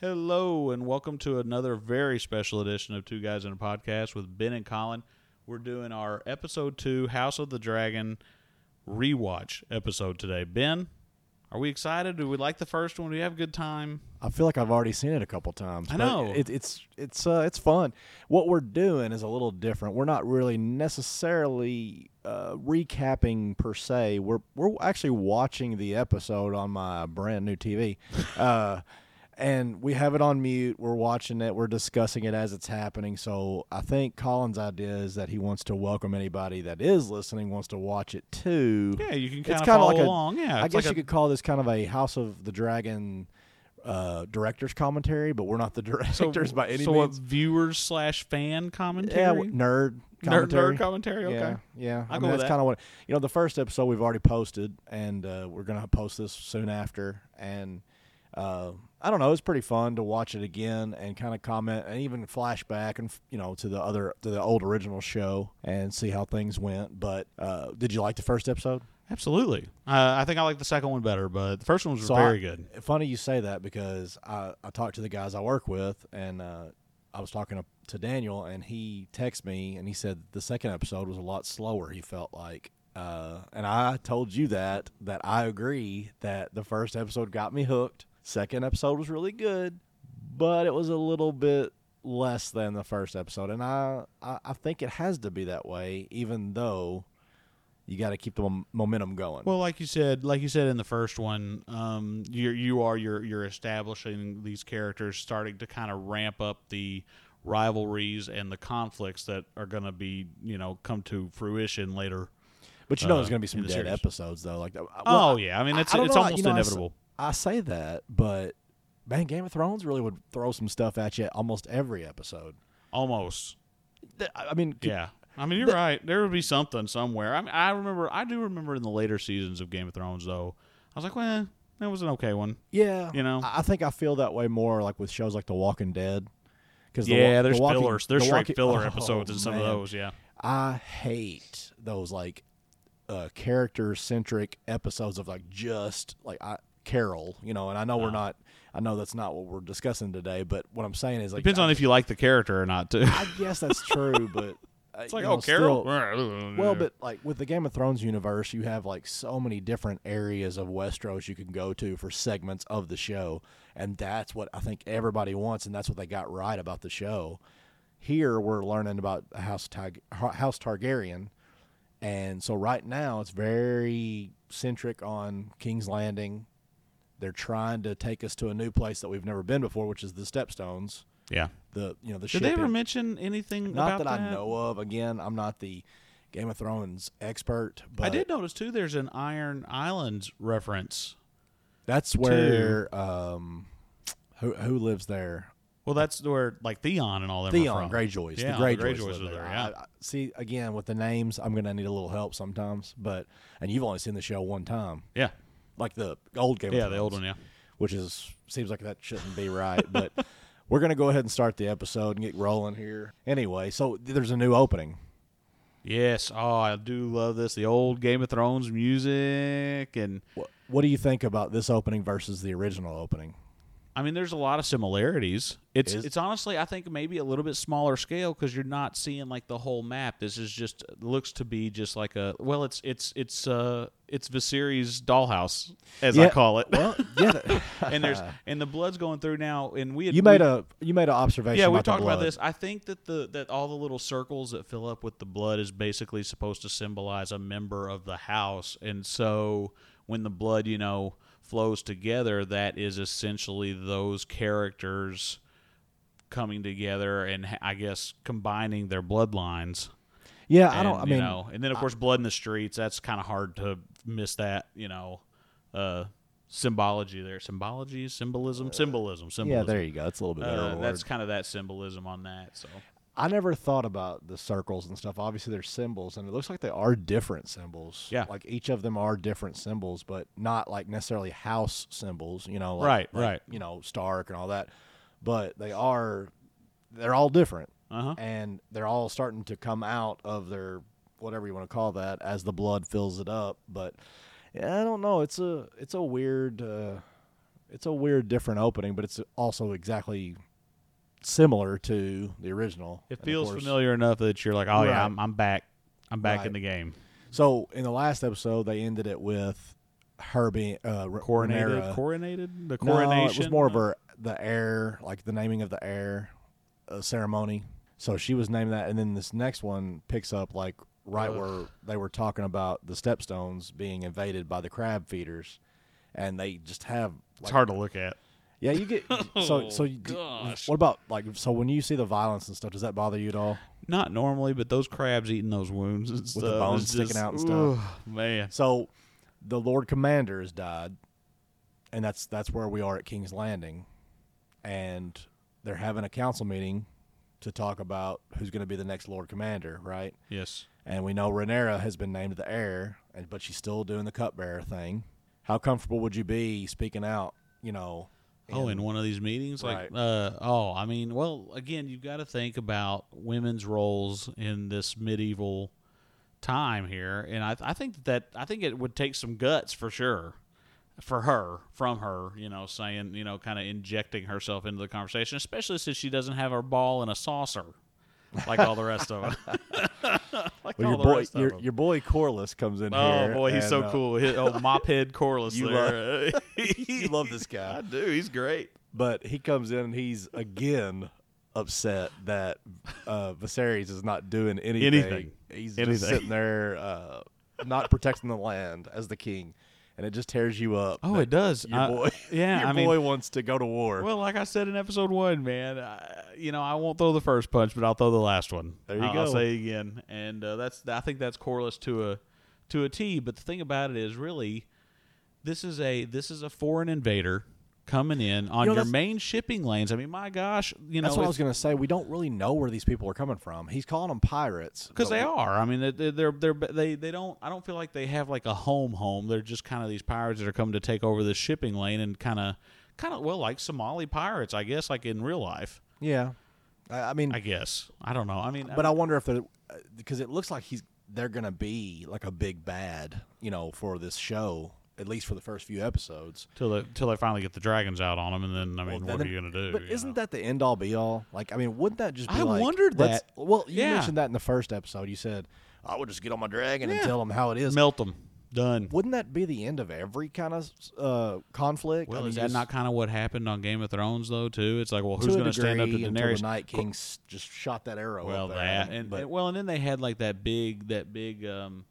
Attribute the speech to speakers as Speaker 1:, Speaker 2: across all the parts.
Speaker 1: Hello, and welcome to another very special edition of Two Guys in a Podcast with Ben and Colin. We're doing our episode two, House of the Dragon rewatch episode today. Ben, are we excited? Do we like the first one? Do we have a good time?
Speaker 2: I feel like I've already seen it a couple times.
Speaker 1: I
Speaker 2: but
Speaker 1: know.
Speaker 2: it, it's it's uh, it's fun. What we're doing is a little different. We're not really necessarily uh, recapping per se. We're we're actually watching the episode on my brand new TV, uh, and we have it on mute. We're watching it. We're discussing it as it's happening. So I think Colin's idea is that he wants to welcome anybody that is listening wants to watch it too.
Speaker 1: Yeah, you can
Speaker 2: It's
Speaker 1: kind of
Speaker 2: kinda
Speaker 1: follow
Speaker 2: like a-
Speaker 1: along. yeah,
Speaker 2: I
Speaker 1: it's
Speaker 2: guess
Speaker 1: like
Speaker 2: you could call this kind of a House of the Dragon uh, director's commentary, but we're not the
Speaker 1: so,
Speaker 2: directors by any
Speaker 1: so
Speaker 2: means.
Speaker 1: what viewers slash fan commentary?
Speaker 2: yeah, w- nerd
Speaker 1: Nerd,
Speaker 2: commentary.
Speaker 1: nerd commentary. Okay.
Speaker 2: Yeah, yeah. I
Speaker 1: I'll go
Speaker 2: mean,
Speaker 1: with
Speaker 2: that's
Speaker 1: that.
Speaker 2: kind of what you know. The first episode we've already posted, and uh, we're gonna post this soon after. And uh, I don't know, it's pretty fun to watch it again and kind of comment and even flashback and f- you know to the other to the old original show and see how things went. But uh, did you like the first episode?
Speaker 1: Absolutely. Uh, I think I like the second one better, but the first one was
Speaker 2: So
Speaker 1: very
Speaker 2: I-
Speaker 1: good.
Speaker 2: Funny you say that because I, I talked to the guys I work with, and uh, I was talking to, to Daniel, and he texted me and he said the second episode was a lot slower. He felt like, uh, and I told you that that I agree that the first episode got me hooked. Second episode was really good, but it was a little bit less than the first episode, and I I, I think it has to be that way, even though. You got to keep the mom- momentum going.
Speaker 1: Well, like you said, like you said in the first one, um, you you are you're you're establishing these characters, starting to kind of ramp up the rivalries and the conflicts that are going to be you know come to fruition later.
Speaker 2: But you know,
Speaker 1: uh,
Speaker 2: there's going to be some
Speaker 1: in the
Speaker 2: dead
Speaker 1: series.
Speaker 2: episodes though. Like, uh, well,
Speaker 1: oh yeah, I mean it's
Speaker 2: I don't
Speaker 1: it's
Speaker 2: know,
Speaker 1: almost
Speaker 2: you know, I s-
Speaker 1: inevitable.
Speaker 2: I say that, but man, Game of Thrones really would throw some stuff at you almost every episode.
Speaker 1: almost,
Speaker 2: Th- I I mean, c-
Speaker 1: yeah. I mean, you're right. There would be something somewhere. I mean, I remember, I do remember in the later seasons of Game of Thrones, though. I was like, well, that was an okay one.
Speaker 2: yeah,
Speaker 1: You know?
Speaker 2: I I think I feel that way more like with shows like The Walking Dead. Because
Speaker 1: yeah, there's fillers. There's straight filler episodes in some of those. Yeah,
Speaker 2: oh, I hate those like uh, character centric episodes of like just like I, Carol, you know. And I know
Speaker 1: Oh.
Speaker 2: we're not. I know that's not what we're discussing today, but what I'm saying is like
Speaker 1: depends
Speaker 2: I,
Speaker 1: on if you like the character or not, too.
Speaker 2: I guess that's true, but uh,
Speaker 1: It's like,
Speaker 2: you know,
Speaker 1: oh, Carol.
Speaker 2: still- well,
Speaker 1: Mm.
Speaker 2: but like with the Game of Thrones universe, you have like so many different areas of Westeros you can go to for segments of the show, and that's what I think everybody wants, and that's what they got right about the show. Here we're learning about House Tig- House Targaryen, and so right now it's very centric on King's Landing. They're trying to take us to a new place that we've never been before, which is the Stepstones.
Speaker 1: yeah.
Speaker 2: The you know the
Speaker 1: Did they ever
Speaker 2: shipping.
Speaker 1: mention anything
Speaker 2: Not
Speaker 1: about
Speaker 2: that, I know of. Again, I'm not the Game of Thrones expert, but
Speaker 1: I did notice too. There's an Iron Islands reference.
Speaker 2: that's where um, who who lives there?
Speaker 1: Well, that's where like Theon and all them are
Speaker 2: Theon
Speaker 1: from.
Speaker 2: Greyjoys.
Speaker 1: Yeah,
Speaker 2: the
Speaker 1: the
Speaker 2: Greyjoys,
Speaker 1: Greyjoys
Speaker 2: live
Speaker 1: live
Speaker 2: there.
Speaker 1: there,
Speaker 2: I-
Speaker 1: yeah.
Speaker 2: I- see, again with the names, I'm gonna need a little help sometimes. But and you've only seen the show one time,
Speaker 1: Yeah,
Speaker 2: like the old Game.
Speaker 1: yeah,
Speaker 2: of Thrones,
Speaker 1: the old one. Yeah,
Speaker 2: which is seems like that shouldn't be right, but. We're gonna go ahead and start the episode and get rolling here. Anyway, so th- there's a new opening.
Speaker 1: yes. Oh, I do love this. The old Game of Thrones music, and
Speaker 2: What, what do you think about this opening versus the original opening?
Speaker 1: I mean, there's a lot of similarities. It's
Speaker 2: Is-
Speaker 1: it's honestly, I think maybe a little bit smaller scale because you're not seeing like the whole map. This is just looks to be just like a well, it's it's it's uh it's Viserys' dollhouse as I
Speaker 2: Yeah.
Speaker 1: call it.
Speaker 2: Well, yeah,
Speaker 1: and there's and the blood's going through now, and we had,
Speaker 2: You made
Speaker 1: we-
Speaker 2: a you made an observation.
Speaker 1: yeah we
Speaker 2: about the
Speaker 1: talked about
Speaker 2: blood.
Speaker 1: this. I think that the that all the little circles that fill up with the blood is basically supposed to symbolize a member of the house, and so when the blood you know flows together, that is essentially those characters coming together and ha- I guess combining their bloodlines.
Speaker 2: Yeah, I don't.
Speaker 1: And,
Speaker 2: I mean,
Speaker 1: you know, and then of course, blood in the streets. That's kind of hard to miss that, you know, uh, symbology there. Symbology, symbolism, symbolism, symbolism.
Speaker 2: Uh, yeah, there you go. It's a little bit better.
Speaker 1: Uh,
Speaker 2: word.
Speaker 1: that's kind of that symbolism on that. So
Speaker 2: I never thought about the circles and stuff. Obviously, they're symbols, and it looks like they are different symbols.
Speaker 1: Yeah.
Speaker 2: like each of them are different symbols, but not like necessarily house symbols. You know, like,
Speaker 1: Right,
Speaker 2: like,
Speaker 1: right.
Speaker 2: You know, Stark and all that, but they are they're all different,
Speaker 1: Uh-huh.
Speaker 2: and they're all starting to come out of their whatever you want to call that as the blood fills it up. But yeah, I don't know. It's a it's a weird. Uh, It's a weird, different opening, but it's also exactly similar to the original. And
Speaker 1: It
Speaker 2: of
Speaker 1: feels
Speaker 2: course-
Speaker 1: familiar enough that you're like, oh
Speaker 2: Right.
Speaker 1: yeah, I'm, I'm back. I'm back in
Speaker 2: Right.
Speaker 1: the game.
Speaker 2: So in the last episode, they ended it with her being uh, R-
Speaker 1: Coronated,
Speaker 2: Rhaenyra-
Speaker 1: coronated, the
Speaker 2: No,
Speaker 1: coronation.
Speaker 2: it was more of her the heir, like the naming of the heir uh, ceremony. So she was named that, and then this next one picks up like right
Speaker 1: Ugh.
Speaker 2: where they were talking about the stepstones being invaded by the crab feeders, and they just have.
Speaker 1: It's
Speaker 2: Like,
Speaker 1: hard to look at.
Speaker 2: Yeah, you get so
Speaker 1: Oh,
Speaker 2: so. You, do-
Speaker 1: gosh.
Speaker 2: What about like so when you see the violence and stuff? Does that bother you at all?
Speaker 1: Not normally, but those crabs eating those wounds and
Speaker 2: the
Speaker 1: stuff.
Speaker 2: bones
Speaker 1: is
Speaker 2: sticking
Speaker 1: just-
Speaker 2: out and stuff.
Speaker 1: ugh, man,
Speaker 2: So, the Lord Commander has died, and that's that's where we are at King's Landing, and they're having a council meeting to talk about who's going to be the next Lord Commander, right?
Speaker 1: yes.
Speaker 2: And we know Renera has been named the heir, and but she's still doing the cupbearer thing. How comfortable would you be speaking out? You know.
Speaker 1: Oh, in one of these meetings, like,
Speaker 2: Right.
Speaker 1: uh, oh, I mean, well, again, you've got to think about women's roles in this medieval time here, and I, I think that I think it would take some guts for sure, for her, from her, you know, saying, you know, kind of injecting herself into the conversation, especially since she doesn't have her ball in a saucer, like all the rest of them. like
Speaker 2: well,
Speaker 1: all
Speaker 2: your
Speaker 1: the
Speaker 2: boy,
Speaker 1: rest of
Speaker 2: your,
Speaker 1: 'em.
Speaker 2: your boy Corliss comes in
Speaker 1: Oh
Speaker 2: here.
Speaker 1: boy, he's
Speaker 2: and,
Speaker 1: so
Speaker 2: uh,
Speaker 1: cool. His, oh, mop head Corliss
Speaker 2: You
Speaker 1: there.
Speaker 2: you love this guy.
Speaker 1: I do. He's great.
Speaker 2: But he comes in and he's again upset that uh, Viserys is not doing anything.
Speaker 1: Anything.
Speaker 2: He's
Speaker 1: Anything.
Speaker 2: just sitting there, uh, not protecting the land as the king, and it just tears you up.
Speaker 1: Oh,
Speaker 2: that
Speaker 1: it does.
Speaker 2: Your
Speaker 1: I-
Speaker 2: boy,
Speaker 1: yeah,
Speaker 2: your
Speaker 1: I mean-
Speaker 2: boy wants to go to war.
Speaker 1: Well, like I said in episode one, man, I, you know I won't throw the first punch, but I'll throw the last one.
Speaker 2: There you
Speaker 1: I'll, I'll
Speaker 2: go.
Speaker 1: say it again, and uh, that's I think that's correless to a to a T. But the thing about it is, really, this is a this is a foreign invader coming in on
Speaker 2: know,
Speaker 1: your
Speaker 2: that's-
Speaker 1: main shipping lanes. I mean, my gosh, you know,
Speaker 2: That's what I was going to say. We don't really know where these people are coming from. He's calling them pirates
Speaker 1: because
Speaker 2: but
Speaker 1: they
Speaker 2: we-
Speaker 1: are. I mean, they're, they're they're they they don't. I don't feel like they have like a home home. They're just kind of these pirates that are coming to take over the shipping lane and kind of kind of well like Somali pirates, I guess, like in real life.
Speaker 2: Yeah, I, I mean,
Speaker 1: I guess I don't know. I mean,
Speaker 2: but I wonder if they're because it looks like he's they're gonna be like a big bad, you know, for this show at least for the first few episodes.
Speaker 1: till they till they finally get the dragons out on them, and then I mean,
Speaker 2: Well,
Speaker 1: what
Speaker 2: then-
Speaker 1: are you gonna do?
Speaker 2: But
Speaker 1: you
Speaker 2: isn't
Speaker 1: know?
Speaker 2: that the end all be all? Like, I mean, wouldn't that just be
Speaker 1: I
Speaker 2: like-
Speaker 1: wondered
Speaker 2: let's-
Speaker 1: that.
Speaker 2: Well, you
Speaker 1: Yeah.
Speaker 2: mentioned that in the first episode. You said I would just get on my dragon and
Speaker 1: Yeah.
Speaker 2: tell them how it is.
Speaker 1: melt them? Done.
Speaker 2: wouldn't that be the end of every kind of uh, conflict? I
Speaker 1: well,
Speaker 2: mean,
Speaker 1: is
Speaker 2: you
Speaker 1: that
Speaker 2: s-
Speaker 1: not kind of what happened on Game of Thrones though? Too, it's like, well,
Speaker 2: to
Speaker 1: who's
Speaker 2: a
Speaker 1: gonna stand up to
Speaker 2: degree until
Speaker 1: Daenerys?
Speaker 2: The Night King s- just shot that arrow.
Speaker 1: well,
Speaker 2: up there,
Speaker 1: that and,
Speaker 2: but
Speaker 1: and- well, and then they had like that big that big um,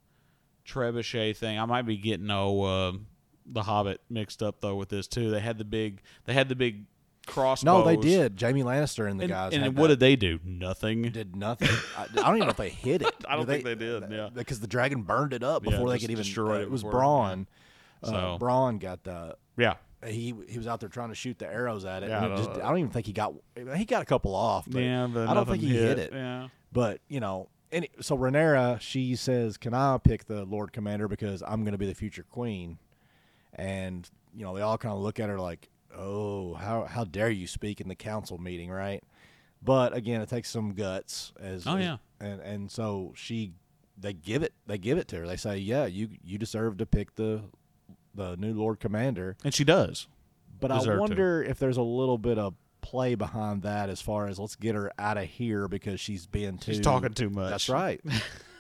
Speaker 1: trebuchet thing. I might be getting oh um the Hobbit mixed up though with this too. They had the big they had the big
Speaker 2: no,
Speaker 1: crossbows.
Speaker 2: they did. Jamie Lannister and the
Speaker 1: And,
Speaker 2: guys.
Speaker 1: and
Speaker 2: had
Speaker 1: what
Speaker 2: that.
Speaker 1: did they do? Nothing.
Speaker 2: did nothing. I, I don't even know if they hit it.
Speaker 1: I don't think they did, yeah.
Speaker 2: because the dragon burned it up
Speaker 1: Yeah,
Speaker 2: before they
Speaker 1: just
Speaker 2: could even.
Speaker 1: destroyed
Speaker 2: uh,
Speaker 1: it
Speaker 2: it was
Speaker 1: before, yeah.
Speaker 2: Braun.
Speaker 1: So-
Speaker 2: Uh, Braun got the.
Speaker 1: yeah.
Speaker 2: He he was out there trying to shoot the arrows at it.
Speaker 1: Yeah,
Speaker 2: and it
Speaker 1: I
Speaker 2: just,
Speaker 1: don't-
Speaker 2: I don't even think he got. He got a couple off. But
Speaker 1: yeah, but
Speaker 2: I don't
Speaker 1: nothing
Speaker 2: think he hit, it.
Speaker 1: Yeah.
Speaker 2: But you know, any, so Renera she says, "Can I pick the Lord Commander because I'm going to be the future queen?" And you know, they all kind of look at her like, "Oh, how how dare you speak in the council meeting, right?" But again, it takes some guts as
Speaker 1: Oh,
Speaker 2: as-
Speaker 1: yeah.
Speaker 2: and and so she they give it they give it to her. They say, "Yeah, you you deserve to pick the the new Lord Commander."
Speaker 1: And she does.
Speaker 2: But
Speaker 1: Deserve
Speaker 2: I
Speaker 1: to.
Speaker 2: wonder if there's a little bit of play behind that as far as let's get her out of here because she's being too
Speaker 1: She's talking too much.
Speaker 2: That's right.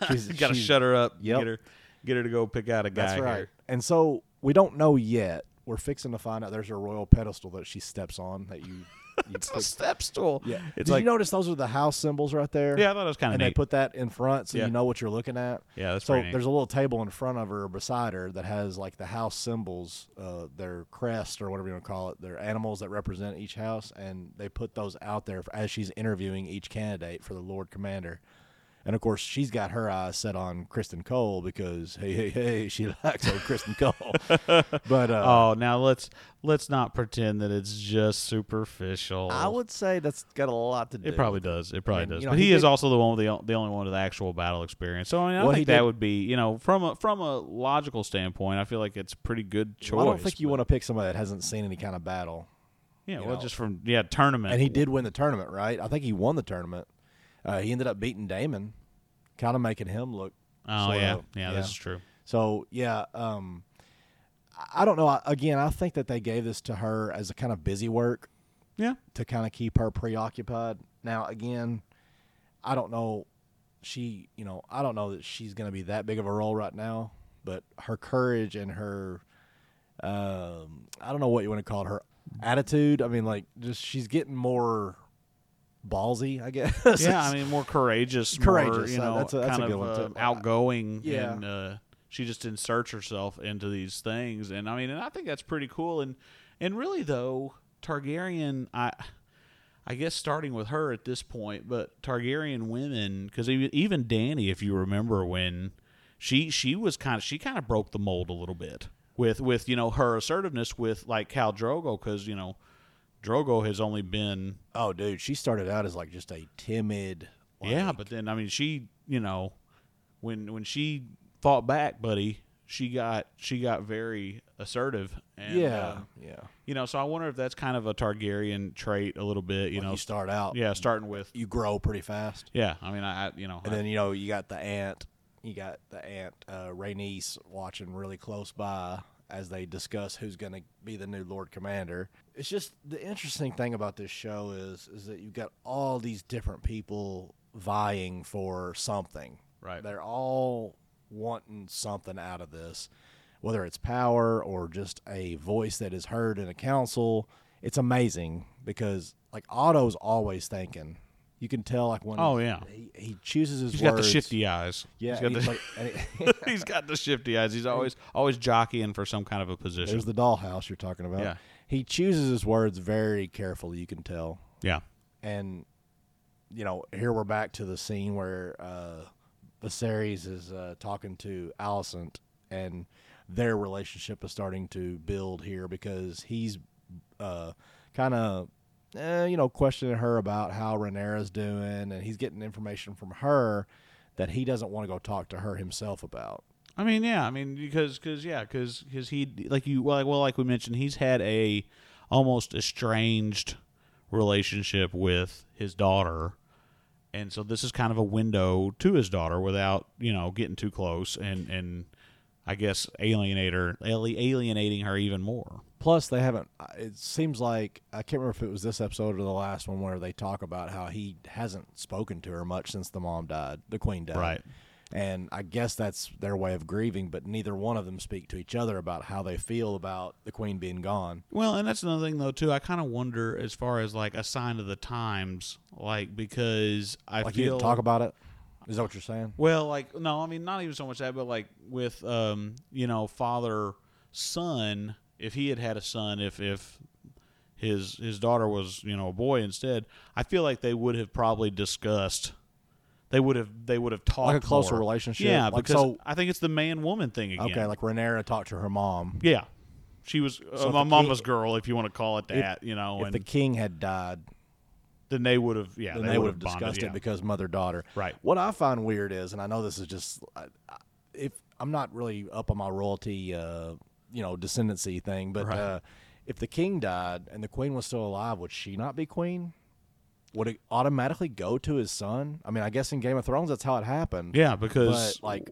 Speaker 2: She's
Speaker 1: you gotta
Speaker 2: she's-
Speaker 1: shut her up.
Speaker 2: Yep.
Speaker 1: Get her, get her to go pick out a guy.
Speaker 2: That's right.
Speaker 1: here.
Speaker 2: And so we don't know yet. We're fixing to find out. There's a royal pedestal that she steps on that you. you
Speaker 1: It's a
Speaker 2: click-
Speaker 1: step stool.
Speaker 2: yeah.
Speaker 1: It's
Speaker 2: Did
Speaker 1: like
Speaker 2: you notice those are the house symbols right there?
Speaker 1: yeah. I thought it was kind of
Speaker 2: And they
Speaker 1: neat.
Speaker 2: put that in front so
Speaker 1: Yeah.
Speaker 2: you know what you're looking at.
Speaker 1: yeah, that's
Speaker 2: So
Speaker 1: pretty neat.
Speaker 2: there's a little table in front of her, or beside her, that has like the house symbols, uh, their crest or whatever you want to call it, their animals that represent each house, and they put those out there as she's interviewing each candidate for the Lord Commander. And of course, she's got her eyes set on Kristen Cole because hey, hey, hey, she likes old Kristen Cole. but uh,
Speaker 1: Oh, now let's let's not pretend that it's just superficial.
Speaker 2: I would say that's got a lot to do.
Speaker 1: It probably does. It probably
Speaker 2: mean,
Speaker 1: does.
Speaker 2: you know,
Speaker 1: but
Speaker 2: he
Speaker 1: he, is
Speaker 2: did-
Speaker 1: also the one with the, o- the only one with actual battle experience. So I, mean, I
Speaker 2: Well, he
Speaker 1: think that
Speaker 2: did-
Speaker 1: would be you know from a from a logical standpoint, I feel like it's a pretty good choice.
Speaker 2: Well, I don't think you
Speaker 1: but-
Speaker 2: want to pick somebody that hasn't seen any kind of battle.
Speaker 1: Yeah,
Speaker 2: you
Speaker 1: well,
Speaker 2: know.
Speaker 1: just from yeah tournament.
Speaker 2: And he did win the tournament, right? I think he won the tournament. Uh, he ended up beating Damon, kind of making him look.
Speaker 1: oh
Speaker 2: sorta-
Speaker 1: yeah, yeah, this is true.
Speaker 2: So yeah, um, I don't know. I, again, I think that they gave this to her as a kind of busy work
Speaker 1: Yeah.
Speaker 2: to kind of keep her preoccupied. Now, again, I don't know. She, you know, I don't know that she's going to be that big of a role right now, but her courage and her, um, I don't know what you want to call it, her attitude. I mean, like, just she's getting more ballsy, I guess.
Speaker 1: Yeah, I mean, more courageous, more,
Speaker 2: Courageous,
Speaker 1: you
Speaker 2: uh,
Speaker 1: know,
Speaker 2: that's a- that's a
Speaker 1: kind of
Speaker 2: good one,
Speaker 1: uh,
Speaker 2: too.
Speaker 1: outgoing.
Speaker 2: Yeah.
Speaker 1: And uh, she just inserts herself into these things. And I mean, and I think that's pretty cool. And and really though, Targaryen, I I guess starting with her at this point, but Targaryen women, because even Danny, if you remember when she she was kind of she kind of broke the mold a little bit with with you know her assertiveness with like Cal Drogo, because you know Drogo has only been
Speaker 2: oh, dude, she started out as like just a timid. like-
Speaker 1: yeah, but then I mean, she you know, when when she fought back, buddy, she got she got very assertive. And,
Speaker 2: yeah,
Speaker 1: uh,
Speaker 2: yeah.
Speaker 1: you know, so I wonder if that's kind of a Targaryen trait a little bit. You
Speaker 2: Like,
Speaker 1: know,
Speaker 2: you start out,
Speaker 1: yeah, starting with
Speaker 2: you grow pretty fast.
Speaker 1: yeah. I mean, I, I you know,
Speaker 2: And then you know you got the aunt, you got the aunt uh, Rhaenys watching really close by as they discuss who's going to be the new Lord Commander. It's just the interesting thing about this show is is that you've got all these different people vying for something.
Speaker 1: Right.
Speaker 2: They're all wanting something out of this, whether it's power or just a voice that is heard in a council. It's amazing because like Otto's always thinking. You can tell like when
Speaker 1: Oh, yeah.
Speaker 2: he, he chooses his
Speaker 1: he's
Speaker 2: words.
Speaker 1: got the shifty eyes.
Speaker 2: Yeah,
Speaker 1: he's got
Speaker 2: and
Speaker 1: the,
Speaker 2: he's like, and it-
Speaker 1: he's got the shifty eyes. He's always always jockeying for some kind of a position.
Speaker 2: there's the dollhouse you're talking about.
Speaker 1: Yeah.
Speaker 2: He chooses his words very carefully. You can tell,
Speaker 1: yeah,
Speaker 2: and you know here we're back to the scene where uh, Viserys is uh, talking to Alicent, and their relationship is starting to build here because he's uh, kind of. Eh, you know, questioning her about how Renera's doing, and he's getting information from her that he doesn't want to go talk to her himself about.
Speaker 1: I mean, yeah, I mean because because yeah because because he like you well like, well like we mentioned he's had a almost estranged relationship with his daughter, and so this is kind of a window to his daughter without you know getting too close and and I guess alienate her ali- alienating her even more.
Speaker 2: Plus, they haven't. uh, It seems like I can't remember if it was this episode or the last one where they talk about how he hasn't spoken to her much since the mom died, the queen died.
Speaker 1: Right.
Speaker 2: And I guess that's their way of grieving, but neither one of them speak to each other about how they feel about the queen being gone.
Speaker 1: Well, and that's another thing though too. I kind of wonder as far as like a sign of the times, like because I
Speaker 2: Like you
Speaker 1: feel
Speaker 2: didn't talk about it. Is that what you're saying?
Speaker 1: Well, like no, I mean not even so much that, but like with um, you know, father son. If he had had a son, if if his his daughter was you know a boy instead, I feel like they would have probably discussed. They would have they would have talked
Speaker 2: Like a closer
Speaker 1: more.
Speaker 2: relationship?
Speaker 1: Yeah,
Speaker 2: Like,
Speaker 1: because
Speaker 2: so-
Speaker 1: I think it's the man woman thing again.
Speaker 2: Okay, like Renera talked to her mom.
Speaker 1: yeah, she was uh,
Speaker 2: if
Speaker 1: my
Speaker 2: the
Speaker 1: mama's girl, if you want to call it that, you know,
Speaker 2: If
Speaker 1: and
Speaker 2: the king had died,
Speaker 1: then they would have yeah
Speaker 2: then they, would have
Speaker 1: bonded,
Speaker 2: discussed
Speaker 1: yeah.
Speaker 2: it because mother daughter.
Speaker 1: Right.
Speaker 2: What I find weird is, and I know this is just I, I, if I'm not really up on my royalty, uh, you know, descendancy thing, but
Speaker 1: Right.
Speaker 2: uh, if the king died and the queen was still alive, would she not be queen? Would it automatically go to his son? I mean, I guess in Game of Thrones that's how it happened.
Speaker 1: yeah because
Speaker 2: But like,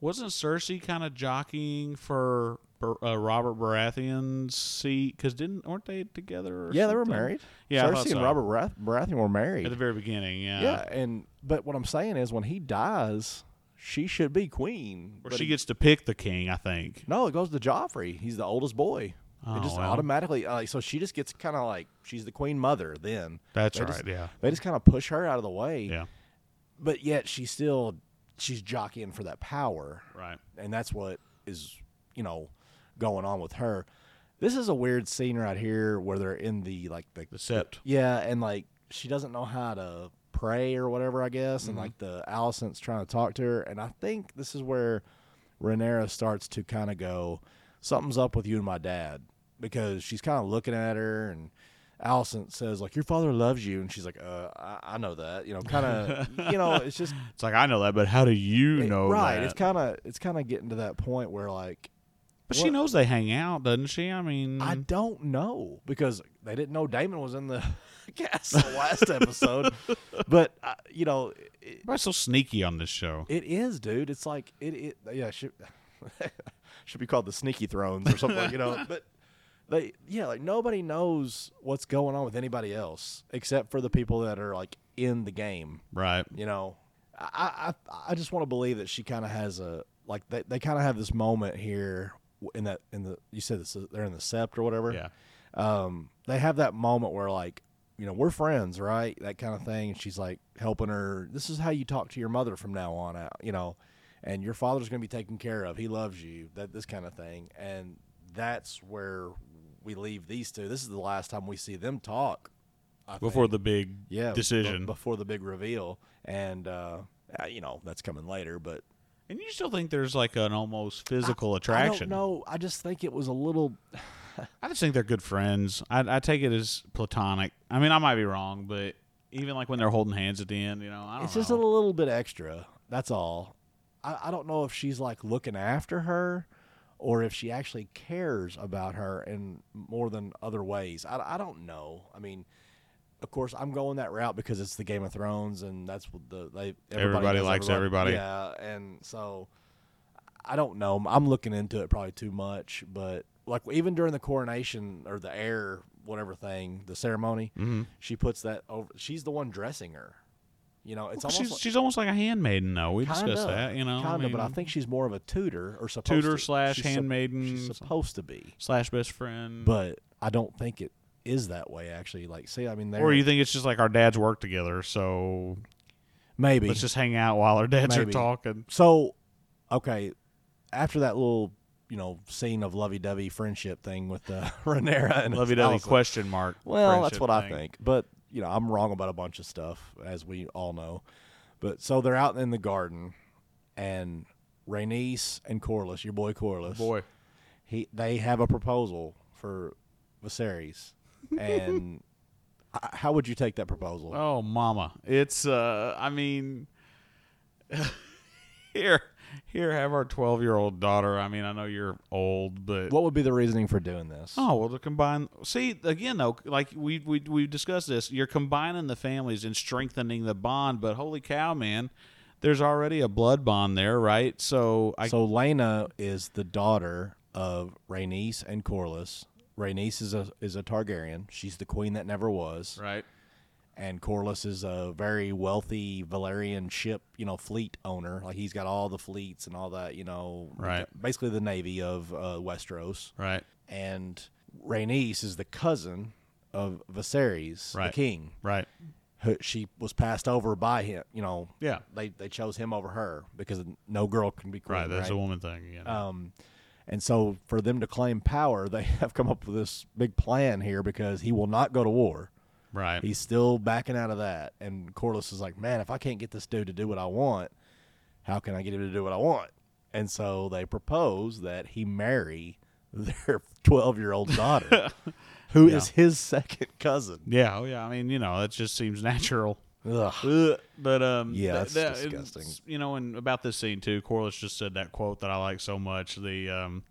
Speaker 1: Wasn't Cersei kind of jockeying for Bar- uh, Robert Baratheon's seat? Because didn't weren't they together? Or
Speaker 2: yeah, they were
Speaker 1: something?
Speaker 2: married.
Speaker 1: Yeah, I
Speaker 2: Cersei
Speaker 1: thought so.
Speaker 2: and Robert Barath- Baratheon were married.
Speaker 1: at the very beginning. Yeah,
Speaker 2: yeah, and but what I'm saying is, when he dies, she should be queen.
Speaker 1: Or
Speaker 2: but
Speaker 1: she
Speaker 2: he-
Speaker 1: gets to pick the king, I think.
Speaker 2: No, it goes to Joffrey. He's the oldest boy.
Speaker 1: Oh,
Speaker 2: it just
Speaker 1: well.
Speaker 2: automatically like so she just gets kind of like she's the queen mother then.
Speaker 1: That's
Speaker 2: They
Speaker 1: right.
Speaker 2: just-
Speaker 1: yeah,
Speaker 2: They just kind of push her out of the way.
Speaker 1: yeah,
Speaker 2: But yet she's still she's jockeying for that power.
Speaker 1: right.
Speaker 2: And that's what is, you know, going on with her. This is a weird scene right here where they're in the like the
Speaker 1: The sept.
Speaker 2: yeah, and like she doesn't know how to pray or whatever, I guess. And like the Allison's trying to talk to her, and I think this is where Renera starts to kind of go, "Something's up with you and my dad," because she's kind of looking at her, and Allison says like, "Your father loves you," and she's like, "Uh, I, I know that," you know, kind of, you know, it's just
Speaker 1: It's like I know that, but how do you
Speaker 2: it-
Speaker 1: know?
Speaker 2: right.
Speaker 1: that?
Speaker 2: It's kind of it's kind of getting to that point where like
Speaker 1: but she
Speaker 2: what-
Speaker 1: knows they hang out, doesn't she? I mean,
Speaker 2: I don't know because they didn't know Damon was in the castle last episode. But uh, you know, it,
Speaker 1: everybody's so sneaky on this show.
Speaker 2: it is, dude. It's like it. it yeah, she, should be called the Sneaky Thrones or something, you know. But they, yeah, like nobody knows what's going on with anybody else except for the people that are like in the game.
Speaker 1: Right.
Speaker 2: You know, I I, I just want to believe that she kind of has a like they, they kind of have this moment here in that in the you said this they're in the sept or whatever.
Speaker 1: Yeah.
Speaker 2: Um, they have that moment where like you know we're friends, right? That kind of thing. And she's like helping her. This is how you talk to your mother from now on out. You know, and your father's going to be taken care of. He loves you. That this kind of thing. And that's where we leave these two. This is the last time we see them talk. I think
Speaker 1: Before the big
Speaker 2: yeah b-
Speaker 1: decision.
Speaker 2: before the big reveal and uh uh, you know that's coming later but
Speaker 1: and you still think there's like an almost physical
Speaker 2: i don't
Speaker 1: attraction.
Speaker 2: know i just think it was a little
Speaker 1: I just think they're good friends. I, I take it as platonic. I mean, I might be wrong, but even like when they're holding hands at the end, you know, I don't
Speaker 2: it's
Speaker 1: know.
Speaker 2: just a little bit extra that's all I, I don't know if she's like looking after her or if she actually cares about her in more than other ways i, I don't know i mean of course i'm going that route because it's the game of thrones and that's what the they everybody,
Speaker 1: Everybody
Speaker 2: knows
Speaker 1: likes everybody.
Speaker 2: yeah and so I don't know. I'm looking into it probably too much, but like even during the coronation or the air whatever thing, the ceremony, she puts that over. She's the one dressing her. You know, it's almost
Speaker 1: she's,
Speaker 2: like,
Speaker 1: she's almost like a handmaiden, though. We discussed
Speaker 2: kinda,
Speaker 1: that, you know. I
Speaker 2: kinda, but I
Speaker 1: mean,
Speaker 2: think she's more of a tutor or supposed
Speaker 1: Tutor
Speaker 2: to,
Speaker 1: slash
Speaker 2: she's sup-
Speaker 1: handmaiden, Mm-hmm.
Speaker 2: She's
Speaker 1: something.
Speaker 2: supposed to be,
Speaker 1: slash best friend.
Speaker 2: but I don't think it is that way. Actually, like, see, I mean,
Speaker 1: or
Speaker 2: there
Speaker 1: you think it's just like our dads work together, so
Speaker 2: maybe
Speaker 1: let's just hang out while our dads are
Speaker 2: Maybe.
Speaker 1: talking.
Speaker 2: So, okay, after that little you know scene of lovey-dovey friendship thing with uh, Renera and
Speaker 1: Lovey dovey
Speaker 2: Allison,
Speaker 1: question mark.
Speaker 2: Well, that's
Speaker 1: friendship
Speaker 2: what I
Speaker 1: thing.
Speaker 2: think. But, you know, I'm wrong about a bunch of stuff, as we all know. But so they're out in the garden, and Rainice and Corliss, your boy Corliss,
Speaker 1: Boy,
Speaker 2: he they have a proposal for Viserys. And I, how would you take that proposal?
Speaker 1: oh mama, it's. uh I mean, here, here, have our twelve-year-old daughter. I mean, I know you're old, but
Speaker 2: what would be the reasoning for doing this?
Speaker 1: Oh well, to combine. See again though, like we we we discussed this. You're combining the families and strengthening the bond. But holy cow, man, there's already a blood bond there, right? So I
Speaker 2: so Lena is the daughter of Rhaenys and Corliss. Rhaenys is a is a Targaryen. She's the queen that never was.
Speaker 1: right.
Speaker 2: and Corliss is a very wealthy Valerian ship, you know, fleet owner. Like he's got all the fleets and all that, you know,
Speaker 1: Right.
Speaker 2: Basically, the navy of uh, Westeros.
Speaker 1: Right,
Speaker 2: And Rhaenys is the cousin of Viserys,
Speaker 1: Right.
Speaker 2: the king.
Speaker 1: right,
Speaker 2: Who- She was passed over by him. You know,
Speaker 1: yeah,
Speaker 2: they they chose him over her because no girl can be queen.
Speaker 1: right. That's a
Speaker 2: right?
Speaker 1: woman thing again.
Speaker 2: Um, and so for them to claim power, they have come up with this big plan here because he will not go to war.
Speaker 1: right,
Speaker 2: He's still backing out of that. And Corliss is like, man, if I can't get this dude to do what I want, how can I get him to do what I want? And so they propose that he marry their 12 year old daughter, who is his second cousin.
Speaker 1: yeah, oh yeah. I mean, you know, that just seems natural.
Speaker 2: Ugh.
Speaker 1: Ugh. But um,
Speaker 2: Yeah,
Speaker 1: tha-
Speaker 2: that's
Speaker 1: tha-
Speaker 2: disgusting.
Speaker 1: it's- You know, and about this scene too, Corliss just said that quote that I like so much. The um,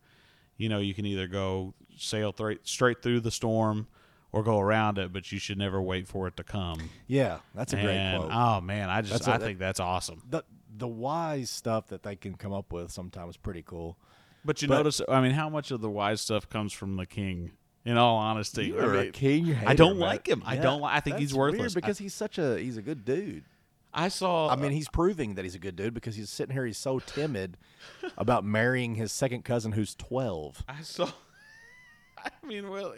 Speaker 1: you know, you can either go sail thra- straight through the storm or go around it, but you should never wait for it to come.
Speaker 2: Yeah, that's a great
Speaker 1: And,
Speaker 2: quote.
Speaker 1: Oh man, I just
Speaker 2: That's
Speaker 1: I
Speaker 2: a-
Speaker 1: think that's awesome.
Speaker 2: the, the wise stuff that they can come up with sometimes is pretty cool.
Speaker 1: But you
Speaker 2: but-
Speaker 1: notice, I mean, how much of the wise stuff comes from the king? In all honesty, I mean,
Speaker 2: king.
Speaker 1: I don't like him. I don't. Li- I think he's worthless.
Speaker 2: because he's such a he's a good dude.
Speaker 1: I, I saw.
Speaker 2: I mean, he's proving that he's a good dude because he's sitting here. He's so timid about marrying his second cousin, who's twelve.
Speaker 1: I saw. I mean, well,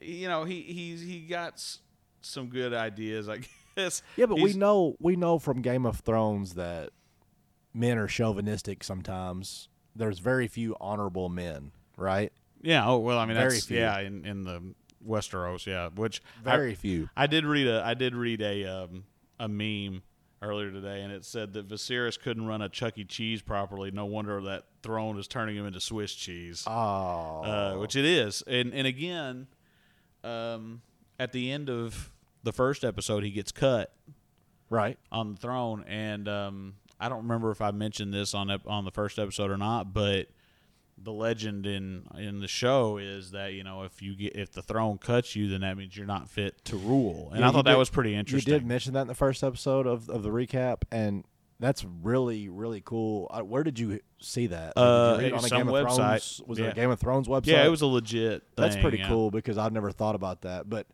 Speaker 1: you know, he he's he got s- some good ideas, I guess.
Speaker 2: Yeah, but we
Speaker 1: He's-
Speaker 2: know we know from Game of Thrones that men are chauvinistic. Sometimes there's very few honorable men, right?
Speaker 1: Yeah. Oh well, I mean,
Speaker 2: Very
Speaker 1: that's
Speaker 2: few.
Speaker 1: yeah in in the Westeros, yeah. Which
Speaker 2: Very few.
Speaker 1: I, I did read a I did read a um a meme earlier today, and it said that Viserys couldn't run a Chuck E. Cheese properly. No wonder that throne is turning him into Swiss cheese.
Speaker 2: Oh,
Speaker 1: uh, which it is. And and again, um, at the end of the first episode, he gets cut
Speaker 2: right.
Speaker 1: on the throne, and um, I don't remember if I mentioned this on ep- on the first episode or not, but the legend in in the show is that you know if you get if the throne cuts you, then that means you're not fit to rule. And
Speaker 2: Yeah,
Speaker 1: I thought
Speaker 2: you
Speaker 1: that
Speaker 2: did-
Speaker 1: was pretty
Speaker 2: You
Speaker 1: interesting.
Speaker 2: did mention that in the first episode of of the recap, and that's really really cool. Uh, where did you see that?
Speaker 1: Uh,
Speaker 2: Like, did you read
Speaker 1: it-
Speaker 2: on a
Speaker 1: some
Speaker 2: Game of
Speaker 1: website.
Speaker 2: Thrones? Was it
Speaker 1: Yeah.
Speaker 2: a Game of Thrones website?
Speaker 1: yeah, it was a legit.
Speaker 2: That's
Speaker 1: thing,
Speaker 2: pretty
Speaker 1: yeah.
Speaker 2: cool because I've never thought about that, but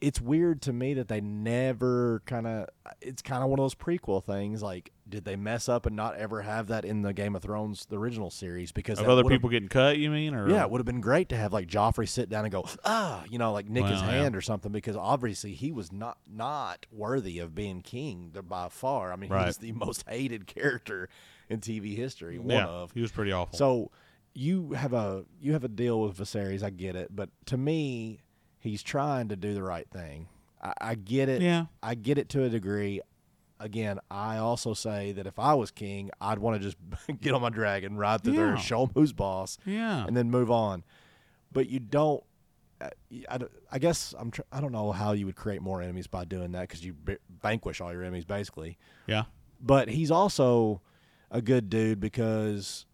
Speaker 2: it's weird to me that they never kind of it's kind of one of those prequel things like did they mess up and not ever have that in the Game of Thrones the original series because
Speaker 1: Of
Speaker 2: that
Speaker 1: other
Speaker 2: would've-
Speaker 1: people getting cut, you mean? Or
Speaker 2: yeah, it would have been great to have like Joffrey sit down and go, ah, you know, like nick his
Speaker 1: Well, yeah.
Speaker 2: hand or something, because obviously he was not not worthy of being king th- by far. I mean,
Speaker 1: Right.
Speaker 2: he's the most hated character in TV history, one
Speaker 1: yeah,
Speaker 2: of.
Speaker 1: he was pretty awful.
Speaker 2: So you have a you have a deal with Viserys, I get it, but to me, he's trying to do the right thing. I, I get it.
Speaker 1: Yeah.
Speaker 2: I get it to a degree. Again, I also say that if I was king, I'd want to just get on my dragon, ride through
Speaker 1: Yeah.
Speaker 2: there, show him who's boss,
Speaker 1: yeah,
Speaker 2: and then move on. But you don't. I, I don't- I guess I'm. Tr- I don't know how you would create more enemies by doing that because you b- vanquish all your enemies basically.
Speaker 1: yeah,
Speaker 2: But he's also a good dude because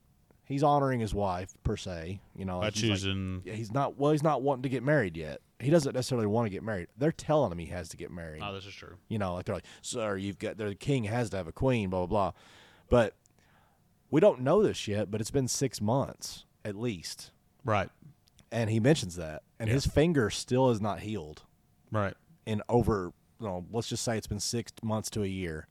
Speaker 2: he's honoring his wife per se. You know,
Speaker 1: by
Speaker 2: like, he's like-
Speaker 1: choosing.
Speaker 2: yeah, he's not. Well, he's not wanting to get married yet. He doesn't necessarily want to get married. They're telling him he has to get married.
Speaker 1: oh, this is true.
Speaker 2: You know, like they're like, sir, you've got the king has to have a queen, blah blah blah. But we don't know this yet. But it's been six months at least,
Speaker 1: Right,
Speaker 2: and he mentions that, and
Speaker 1: Yeah.
Speaker 2: his finger still is not healed
Speaker 1: right.
Speaker 2: in over. You know, let's just say it's been six months to a year,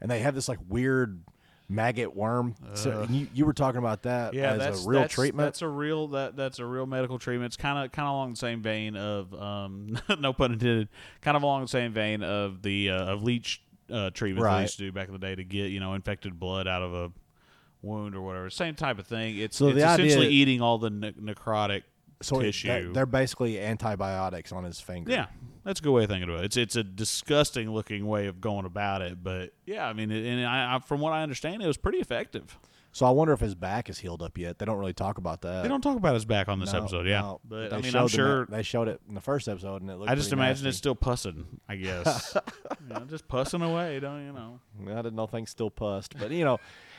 Speaker 2: and they have this like weird maggot worm. so and you, you were talking about that as a real
Speaker 1: Uh. that's,
Speaker 2: treatment.
Speaker 1: That's a real that that's a real medical treatment. It's kind of kind of along the same vein of um, no pun intended. Kind of along the same vein of the uh, of leech uh, treatment they
Speaker 2: Right.
Speaker 1: used to do back in the day to get you know infected blood out of a wound or whatever. Same type of thing. It's,
Speaker 2: So
Speaker 1: it's
Speaker 2: the idea-
Speaker 1: essentially eating all the ne- necrotic
Speaker 2: so it-
Speaker 1: tissue.
Speaker 2: they're- they're basically antibiotics on his finger.
Speaker 1: Yeah, that's a good way of thinking about it. It's it's a disgusting looking way of going about it, but yeah, I mean, it, and I, I from what I understand, it was pretty effective.
Speaker 2: So I wonder if his back is healed up yet. They don't really talk about that.
Speaker 1: They don't talk about his back on this
Speaker 2: Uh, No,
Speaker 1: episode, yeah.
Speaker 2: no.
Speaker 1: But
Speaker 2: They
Speaker 1: I mean,
Speaker 2: showed
Speaker 1: I'm
Speaker 2: them
Speaker 1: sure.
Speaker 2: that- they showed it in the first episode, and it looked.
Speaker 1: I just
Speaker 2: pretty
Speaker 1: imagine it's
Speaker 2: nasty.
Speaker 1: still pussing. I guess, you know, just pussing away. Don't you know?
Speaker 2: I didn't know things still pussed, but you know.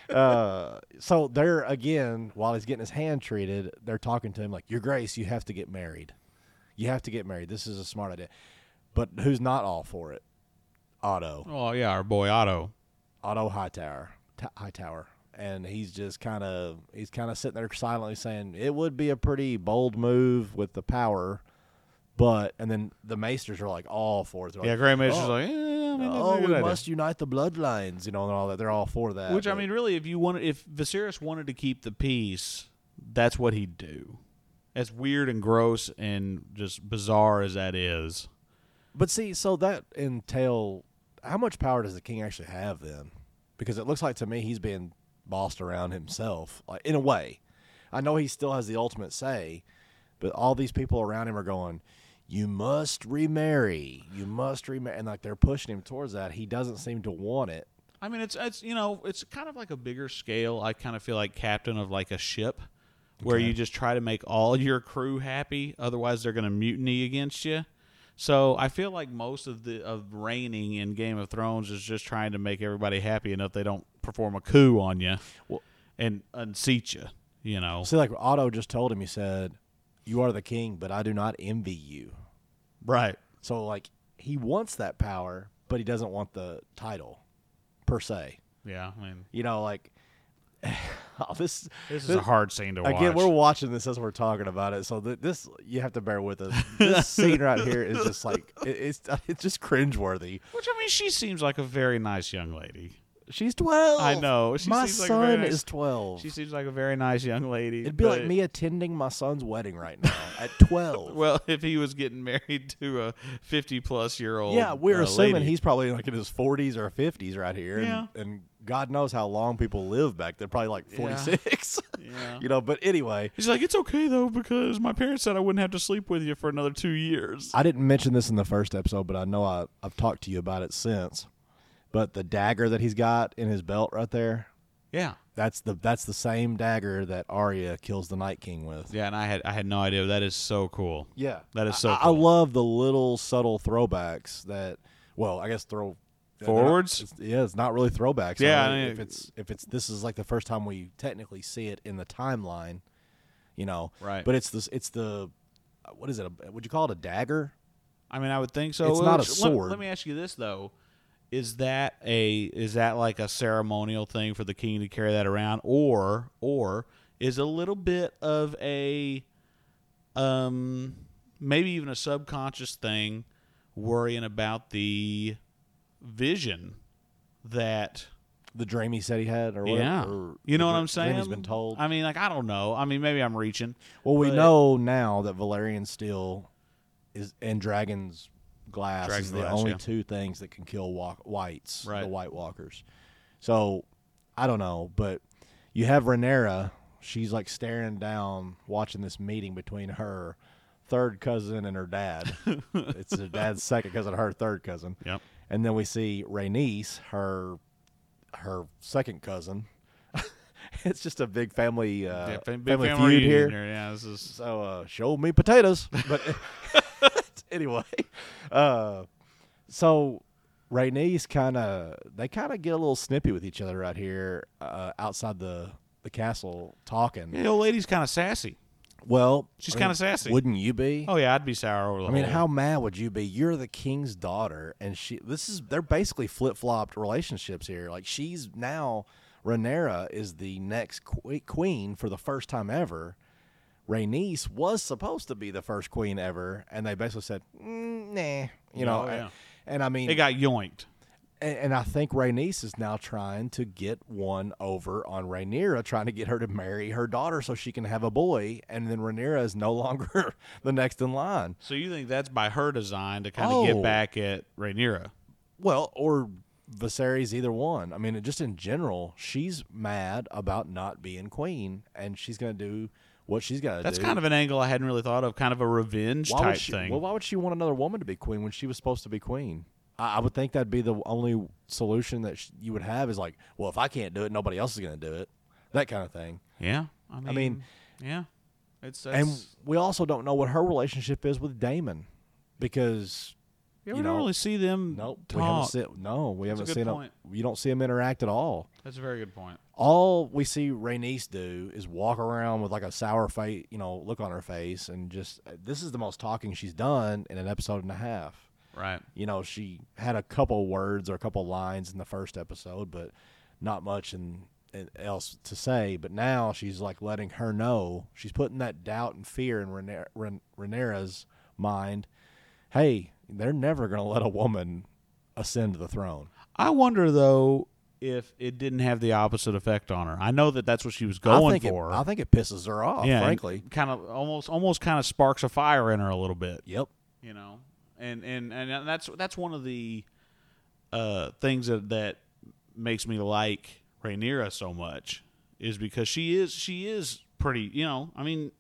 Speaker 2: Uh, so they're again while he's getting his hand treated, they're talking to him like, "Your Grace, you have to get married. You have to get married. This is a smart idea." But who's not all for it? Otto,
Speaker 1: Oh yeah, our boy Otto.
Speaker 2: Otto Hightower, T- Hightower, and he's just kind of he's kind of sitting there silently saying, "It would be a pretty bold move with the power." But and then the maesters are like all for it. They're
Speaker 1: Yeah,
Speaker 2: like,
Speaker 1: Grand Master's
Speaker 2: oh,
Speaker 1: like, eh, I mean, that's a
Speaker 2: oh,
Speaker 1: good
Speaker 2: we
Speaker 1: idea."
Speaker 2: must unite the bloodlines, you know, and all that. They're all for that.
Speaker 1: Which I
Speaker 2: but-
Speaker 1: mean, really, if you wanted, if Viserys wanted to keep the peace, that's what he'd do. As weird and gross and just bizarre as that is,
Speaker 2: But see, so that entail how much power does the king actually have then? Because it looks like to me he's being bossed around himself, like in a way. I know he still has the ultimate say, but all these people around him are going, "You must remarry. You must remarry," and like they're pushing him towards that. He doesn't seem to want it.
Speaker 1: I mean, it's it's you know, it's kind of like a bigger scale. I kind of feel like captain of like a ship, where you just try to make all your crew happy. Otherwise, they're going to mutiny against you. So I feel like most of the of reigning in Game of Thrones is just trying to make everybody happy enough they don't perform a coup on you
Speaker 2: Well-
Speaker 1: and unseat you. You know,
Speaker 2: See, like Otto just told him, he said, "You are the king, but I do not envy you."
Speaker 1: right?
Speaker 2: So like he wants that power, but he doesn't want the title per se.
Speaker 1: Yeah, I mean,
Speaker 2: You know, like oh, this.
Speaker 1: this is a hard scene to watch.
Speaker 2: Again, we're watching this as we're talking about it, so th- this you have to bear with us. This scene right here is just like it, it's uh, it's just cringeworthy.
Speaker 1: Which I mean, she seems like a very nice young lady.
Speaker 2: She's twelve.
Speaker 1: I know. She
Speaker 2: my
Speaker 1: seems like a very
Speaker 2: son
Speaker 1: nice-
Speaker 2: is twelve.
Speaker 1: She seems like a very nice young lady.
Speaker 2: It'd be like
Speaker 1: but-
Speaker 2: me attending my son's wedding right now at twelve.
Speaker 1: Well, if he was getting married to a fifty-plus-year-old,
Speaker 2: yeah, we're
Speaker 1: uh,
Speaker 2: assuming
Speaker 1: lady.
Speaker 2: he's probably like in his forties or fifties right here,
Speaker 1: Yeah.
Speaker 2: and, and God knows how long people live back. They're probably like forty six.
Speaker 1: Yeah.
Speaker 2: you know, but anyway,
Speaker 1: He's like, it's okay though because my parents said I wouldn't have to sleep with you for another two years.
Speaker 2: I didn't mention this in the first episode, but I know I, I've talked to you about it since. But the dagger that he's got in his belt right there,
Speaker 1: Yeah,
Speaker 2: that's the that's the same dagger that Arya kills the Night King with.
Speaker 1: yeah, and I had I had no idea. That is so cool.
Speaker 2: Yeah,
Speaker 1: That is so
Speaker 2: I, I
Speaker 1: cool.
Speaker 2: love the little subtle throwbacks that. Well, I guess throw they're not-
Speaker 1: Forwards?
Speaker 2: it's- yeah, it's not really throwbacks. I
Speaker 1: Yeah,
Speaker 2: mean,
Speaker 1: I-
Speaker 2: if it's if it's this is like the first time we technically see it in the timeline, you know.
Speaker 1: Right.
Speaker 2: But it's this. It's the. What is it? A, would you call it a dagger?
Speaker 1: I mean, I would think so.
Speaker 2: It's not a
Speaker 1: Which- let-
Speaker 2: sword.
Speaker 1: Let, me ask you this though: is that a is that like a ceremonial thing for the king to carry that around or or is a little bit of a um maybe even a subconscious thing worrying about the vision that
Speaker 2: The dream he said he had, or whatever,
Speaker 1: yeah
Speaker 2: or
Speaker 1: you
Speaker 2: the
Speaker 1: know what
Speaker 2: dr-
Speaker 1: i'm saying
Speaker 2: Dream he's been told.
Speaker 1: i mean like i don't know i mean maybe i'm reaching
Speaker 2: well, we
Speaker 1: but-
Speaker 2: know now that Valerian steel is and Dragon's glass
Speaker 1: Dragon's
Speaker 2: is the
Speaker 1: glass,
Speaker 2: only
Speaker 1: yeah.
Speaker 2: two things that can kill walk, whites,
Speaker 1: Right.
Speaker 2: the White Walkers. So I don't know, but you have Renera. She's like staring down, watching this meeting between her third cousin and her dad. it's her dad's second cousin, her third cousin.
Speaker 1: yep
Speaker 2: And then we see Rainice, her her second cousin. it's just a big family uh,
Speaker 1: yeah, big
Speaker 2: family, feud
Speaker 1: reunion
Speaker 2: here.
Speaker 1: there, yeah this is
Speaker 2: So uh, show me potatoes. But anyway, uh, so Rainice kind of they kind of get a little snippy with each other right here uh, outside the the castle talking.
Speaker 1: yeah, the old lady's kind of sassy
Speaker 2: Well,
Speaker 1: She's
Speaker 2: I mean,
Speaker 1: kinda sassy.
Speaker 2: Wouldn't you be?
Speaker 1: oh yeah i'd be sour over the
Speaker 2: I mean,
Speaker 1: whole-
Speaker 2: how mad would you be? You're the king's daughter, and she. This is they're basically flip flopped relationships here. Like she's now Renera is the next que- queen for the first time ever. Rhaenys was supposed to be the first queen ever, and they basically said, mm, "Nah," you know.
Speaker 1: Oh,
Speaker 2: and-
Speaker 1: yeah.
Speaker 2: and, I mean,
Speaker 1: it got yoinked
Speaker 2: and, and I think Rhaenys is now trying to get one over on Rhaenyra, trying to get her to marry her daughter so she can have a boy, and then Rhaenyra is no longer the next in line.
Speaker 1: so you think that's by her design to kind of get
Speaker 2: Oh.
Speaker 1: back at Rhaenyra?
Speaker 2: Well, or Viserys, either one. I mean, it- just in general, she's mad about not being queen, and she's going to do what she's got to do.
Speaker 1: That's kind of an angle I hadn't really thought of, kind of a revenge
Speaker 2: why would
Speaker 1: type
Speaker 2: she-
Speaker 1: thing.
Speaker 2: Well, why would she want another woman to be queen when she was supposed to be queen? I, I would think that'd be the only solution that sh- you would have is like, well, if I can't do it, nobody else is going to do it. That kind of thing.
Speaker 1: yeah, I mean,
Speaker 2: mean-
Speaker 1: yeah, it's
Speaker 2: And
Speaker 1: that's,
Speaker 2: we also don't know what her relationship is with Damon because
Speaker 1: yeah,
Speaker 2: you
Speaker 1: we
Speaker 2: know,
Speaker 1: don't really see them
Speaker 2: nope, we haven't
Speaker 1: talk.
Speaker 2: seen, no, we
Speaker 1: That's a
Speaker 2: haven't
Speaker 1: good
Speaker 2: seen him.
Speaker 1: point.
Speaker 2: You don't see him interact at all.
Speaker 1: That's a very good point.
Speaker 2: all we see Rainice do is walk around with like a sour face, you know, look on her face, and just uh, this is the most talking she's done in an episode and a half.
Speaker 1: Right.
Speaker 2: You know, she had a couple words or a couple lines in the first episode, but not much and else to say. But now she's like letting her know she's putting that doubt and fear in Rhaenyra, Rhaen- Rhaenyra's mind. Hey, they're never gonna let a woman ascend to the throne.
Speaker 1: I wonder though if it didn't have the opposite effect on her. I know that that's what she was
Speaker 2: I
Speaker 1: going
Speaker 2: think
Speaker 1: for.
Speaker 2: it, I think it pisses her off,
Speaker 1: yeah,
Speaker 2: frankly.
Speaker 1: kind of almost almost kind of sparks a fire in her a little bit.
Speaker 2: Yep.
Speaker 1: you know and and and that's that's one of the uh things that that makes me like Rhaenyra so much is because she is she is pretty you know i mean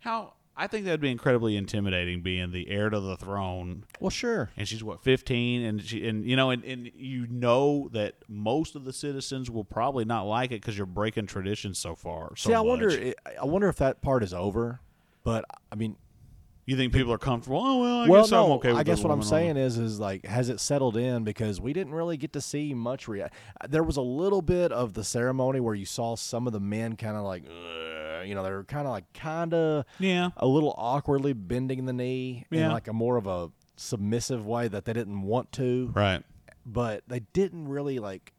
Speaker 1: how i think that'd be incredibly intimidating being the heir to the throne
Speaker 2: Well, sure.
Speaker 1: and she's what 15 and she and you know and, and you know that most of the citizens will probably not like it because you're breaking tradition so far so
Speaker 2: See, I wonder.
Speaker 1: much.
Speaker 2: I- I wonder if that part is over. But I mean,
Speaker 1: you think people are comfortable oh well i
Speaker 2: well,
Speaker 1: guess
Speaker 2: no.
Speaker 1: i'm okay with
Speaker 2: I
Speaker 1: the
Speaker 2: guess what I'm
Speaker 1: woman on the-
Speaker 2: saying is, is like, has it settled in? Because we didn't really get to see much. Rea- there was a little bit of the ceremony where you saw some of the men kind of like, "Ugh," you know, they were kind of like, kind of
Speaker 1: yeah
Speaker 2: a little awkwardly bending the knee in
Speaker 1: Yeah.
Speaker 2: like a more of a submissive way that they didn't want to,
Speaker 1: right
Speaker 2: but they didn't really like.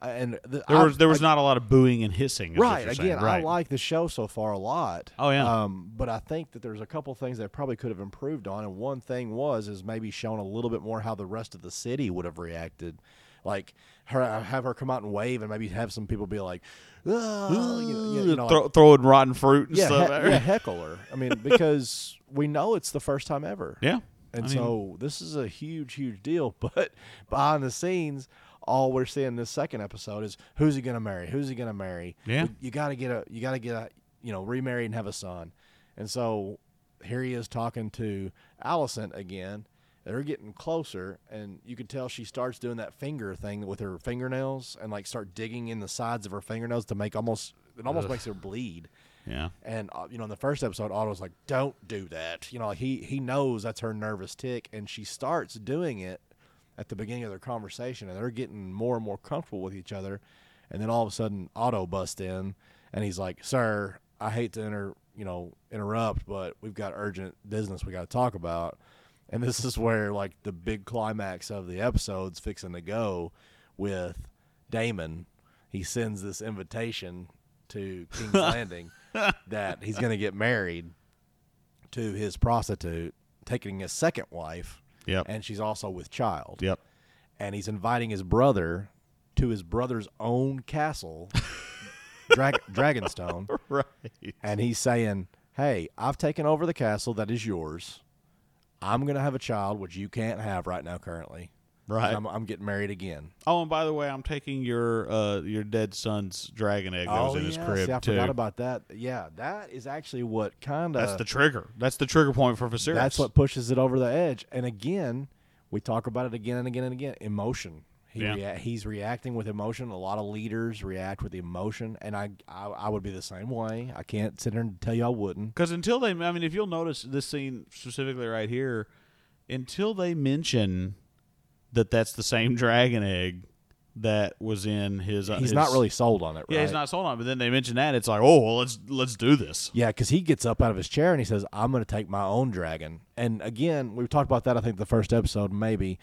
Speaker 2: I- And the,
Speaker 1: There
Speaker 2: I-
Speaker 1: was there was not a lot of booing and hissing. Is
Speaker 2: Right.
Speaker 1: What
Speaker 2: Again,
Speaker 1: you're saying. Right.
Speaker 2: I like the show so far a lot.
Speaker 1: Oh, yeah.
Speaker 2: Um, but I think that there's a couple things that probably could have improved on, and one thing was is maybe shown a little bit more how the rest of the city would have reacted. Like her, have her come out and wave, and maybe have some people be like, "Oh," you know, you know, like-
Speaker 1: Throw, throwing rotten fruit and
Speaker 2: yeah,
Speaker 1: stuff.
Speaker 2: he- yeah, heckle her. I mean, because we know it's the first time ever.
Speaker 1: Yeah.
Speaker 2: And
Speaker 1: I mean,
Speaker 2: so this is a huge, huge deal. But behind the scenes, all we're seeing this second episode is who's he gonna marry? Who's he gonna marry?
Speaker 1: Yeah.
Speaker 2: You, you gotta get a you gotta get a you know, remarry and have a son. And so here he is talking to Allison again. They're getting closer and you can tell she starts doing that finger thing with her fingernails and like start digging in the sides of her fingernails to make almost it almost makes her bleed.
Speaker 1: yeah.
Speaker 2: And uh, you know, in the first episode, Otto's like, "Don't do that." You know, like he he knows that's her nervous tick, and she starts doing it at the beginning of their conversation, and they're getting more and more comfortable with each other. And then all of a sudden, Otto busts in, and he's like, "Sir, I hate to inter you know interrupt, but we've got urgent business we got to talk about." and this is where like the big climax of the episode's fixing to go with Damon. He sends this invitation to King's Landing that he's going to get married to his prostitute, taking his second wife,
Speaker 1: Yep.
Speaker 2: and she's also with child.
Speaker 1: Yep.
Speaker 2: And he's inviting his brother to his brother's own castle, Drag- Dragonstone,
Speaker 1: Right.
Speaker 2: and he's saying, "Hey, I've taken over the castle that is yours. I'm gonna have a child which you can't have right now, currently.
Speaker 1: Right.
Speaker 2: And I'm, I'm getting married again.
Speaker 1: Oh, and by the way, I'm taking your uh, your dead son's dragon egg that was in his
Speaker 2: Oh, yeah.
Speaker 1: crib
Speaker 2: See, I
Speaker 1: too.
Speaker 2: forgot about that. Yeah, that is actually what kind of
Speaker 1: that's the trigger. That's the trigger point for Viserys.
Speaker 2: that's what pushes it over the edge. And again, we talk about it again and again and again. Emotion. He
Speaker 1: Yeah.
Speaker 2: rea- he's reacting with emotion. A lot of leaders react with emotion, and I, I I would be the same way. I can't sit here and tell you I wouldn't.
Speaker 1: Because until they, I mean, if you'll notice this scene specifically right here, until they mention that that's the same dragon egg that was in his, uh,
Speaker 2: He's
Speaker 1: his-
Speaker 2: not really sold on it.
Speaker 1: yeah, he's
Speaker 2: right?
Speaker 1: not sold on. it, But then they mention that, it's like, oh, well, let's let's do this.
Speaker 2: Yeah, because he gets up out of his chair and he says, "I'm going to take my own dragon." And again, we talked about that. I think the first episode, maybe.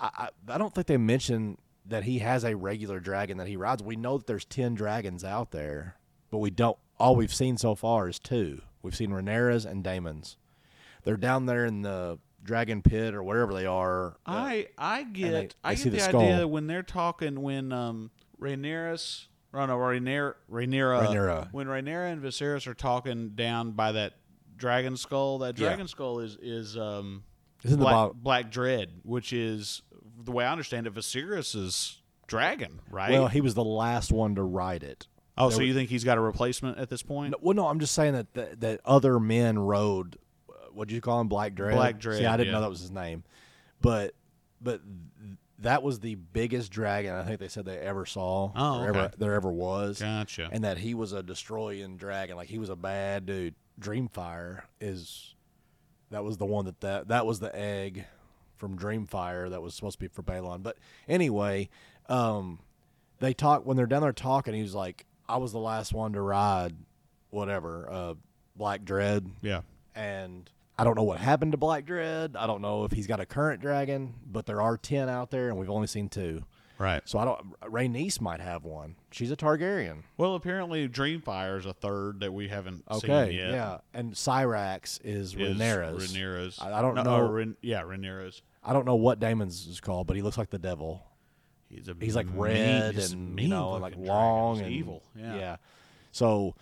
Speaker 2: I I, I don't think they mention that he has a regular dragon that he rides. We know that there's ten dragons out there, but we don't. All we've seen so far is two. We've seen Renera's and Damon's. They're down there in the dragon pit or wherever they are.
Speaker 1: I I get
Speaker 2: they-
Speaker 1: I get
Speaker 2: they see
Speaker 1: the,
Speaker 2: the
Speaker 1: idea
Speaker 2: skull.
Speaker 1: that when they're talking when um Rhaenyra's or no Rhaenyra, Rhaenyra
Speaker 2: Rhaenyra.
Speaker 1: when Rhaenyra and Viserys are talking down by that dragon skull that
Speaker 2: Yeah.
Speaker 1: dragon skull is is um
Speaker 2: It's in the
Speaker 1: black,
Speaker 2: bo-
Speaker 1: black dread which is the way I understand it Viserys's dragon right
Speaker 2: well, he was the last one to ride it.
Speaker 1: oh so you think he's got a replacement at this point
Speaker 2: No, well, no, I'm just saying that that, that other men rode. What do you call him, Black Dread?
Speaker 1: Black Dread,
Speaker 2: See, I didn't
Speaker 1: yeah.
Speaker 2: know that was his name, but but th- that was the biggest dragon I think they said they ever saw,
Speaker 1: Oh,
Speaker 2: or
Speaker 1: okay.
Speaker 2: ever, there ever was,
Speaker 1: gotcha
Speaker 2: and that he was a destroying dragon. Like he was a bad dude. Dreamfire is that was the one that that that was the egg from Dreamfire that was supposed to be for Balon. But anyway, um, they talk when they're down there talking. He was like, "I was the last one to ride, whatever, uh, Black Dread,
Speaker 1: yeah
Speaker 2: and I don't know what happened to Black Dread. I don't know if he's got a current dragon, but there are ten out there, and we've only seen two.
Speaker 1: right
Speaker 2: So I don't. Rhaenys might have one. She's a Targaryen.
Speaker 1: well apparently Dreamfire is a third that we haven't
Speaker 2: Okay,
Speaker 1: seen yet
Speaker 2: yeah, and Cyrax
Speaker 1: is
Speaker 2: is, Rhaenyra's.
Speaker 1: Rhaenyra's.
Speaker 2: I- I don't
Speaker 1: No,
Speaker 2: know-
Speaker 1: oh, Rhaen- yeah, Rhaenyra's.
Speaker 2: I don't know what Damon's is called, but he looks like the devil.
Speaker 1: He's a
Speaker 2: He's like
Speaker 1: Mm, mean-
Speaker 2: red
Speaker 1: he's a
Speaker 2: and
Speaker 1: mean
Speaker 2: you know, and, like
Speaker 1: looking dragon.
Speaker 2: long
Speaker 1: He's
Speaker 2: and
Speaker 1: evil. Yeah.
Speaker 2: So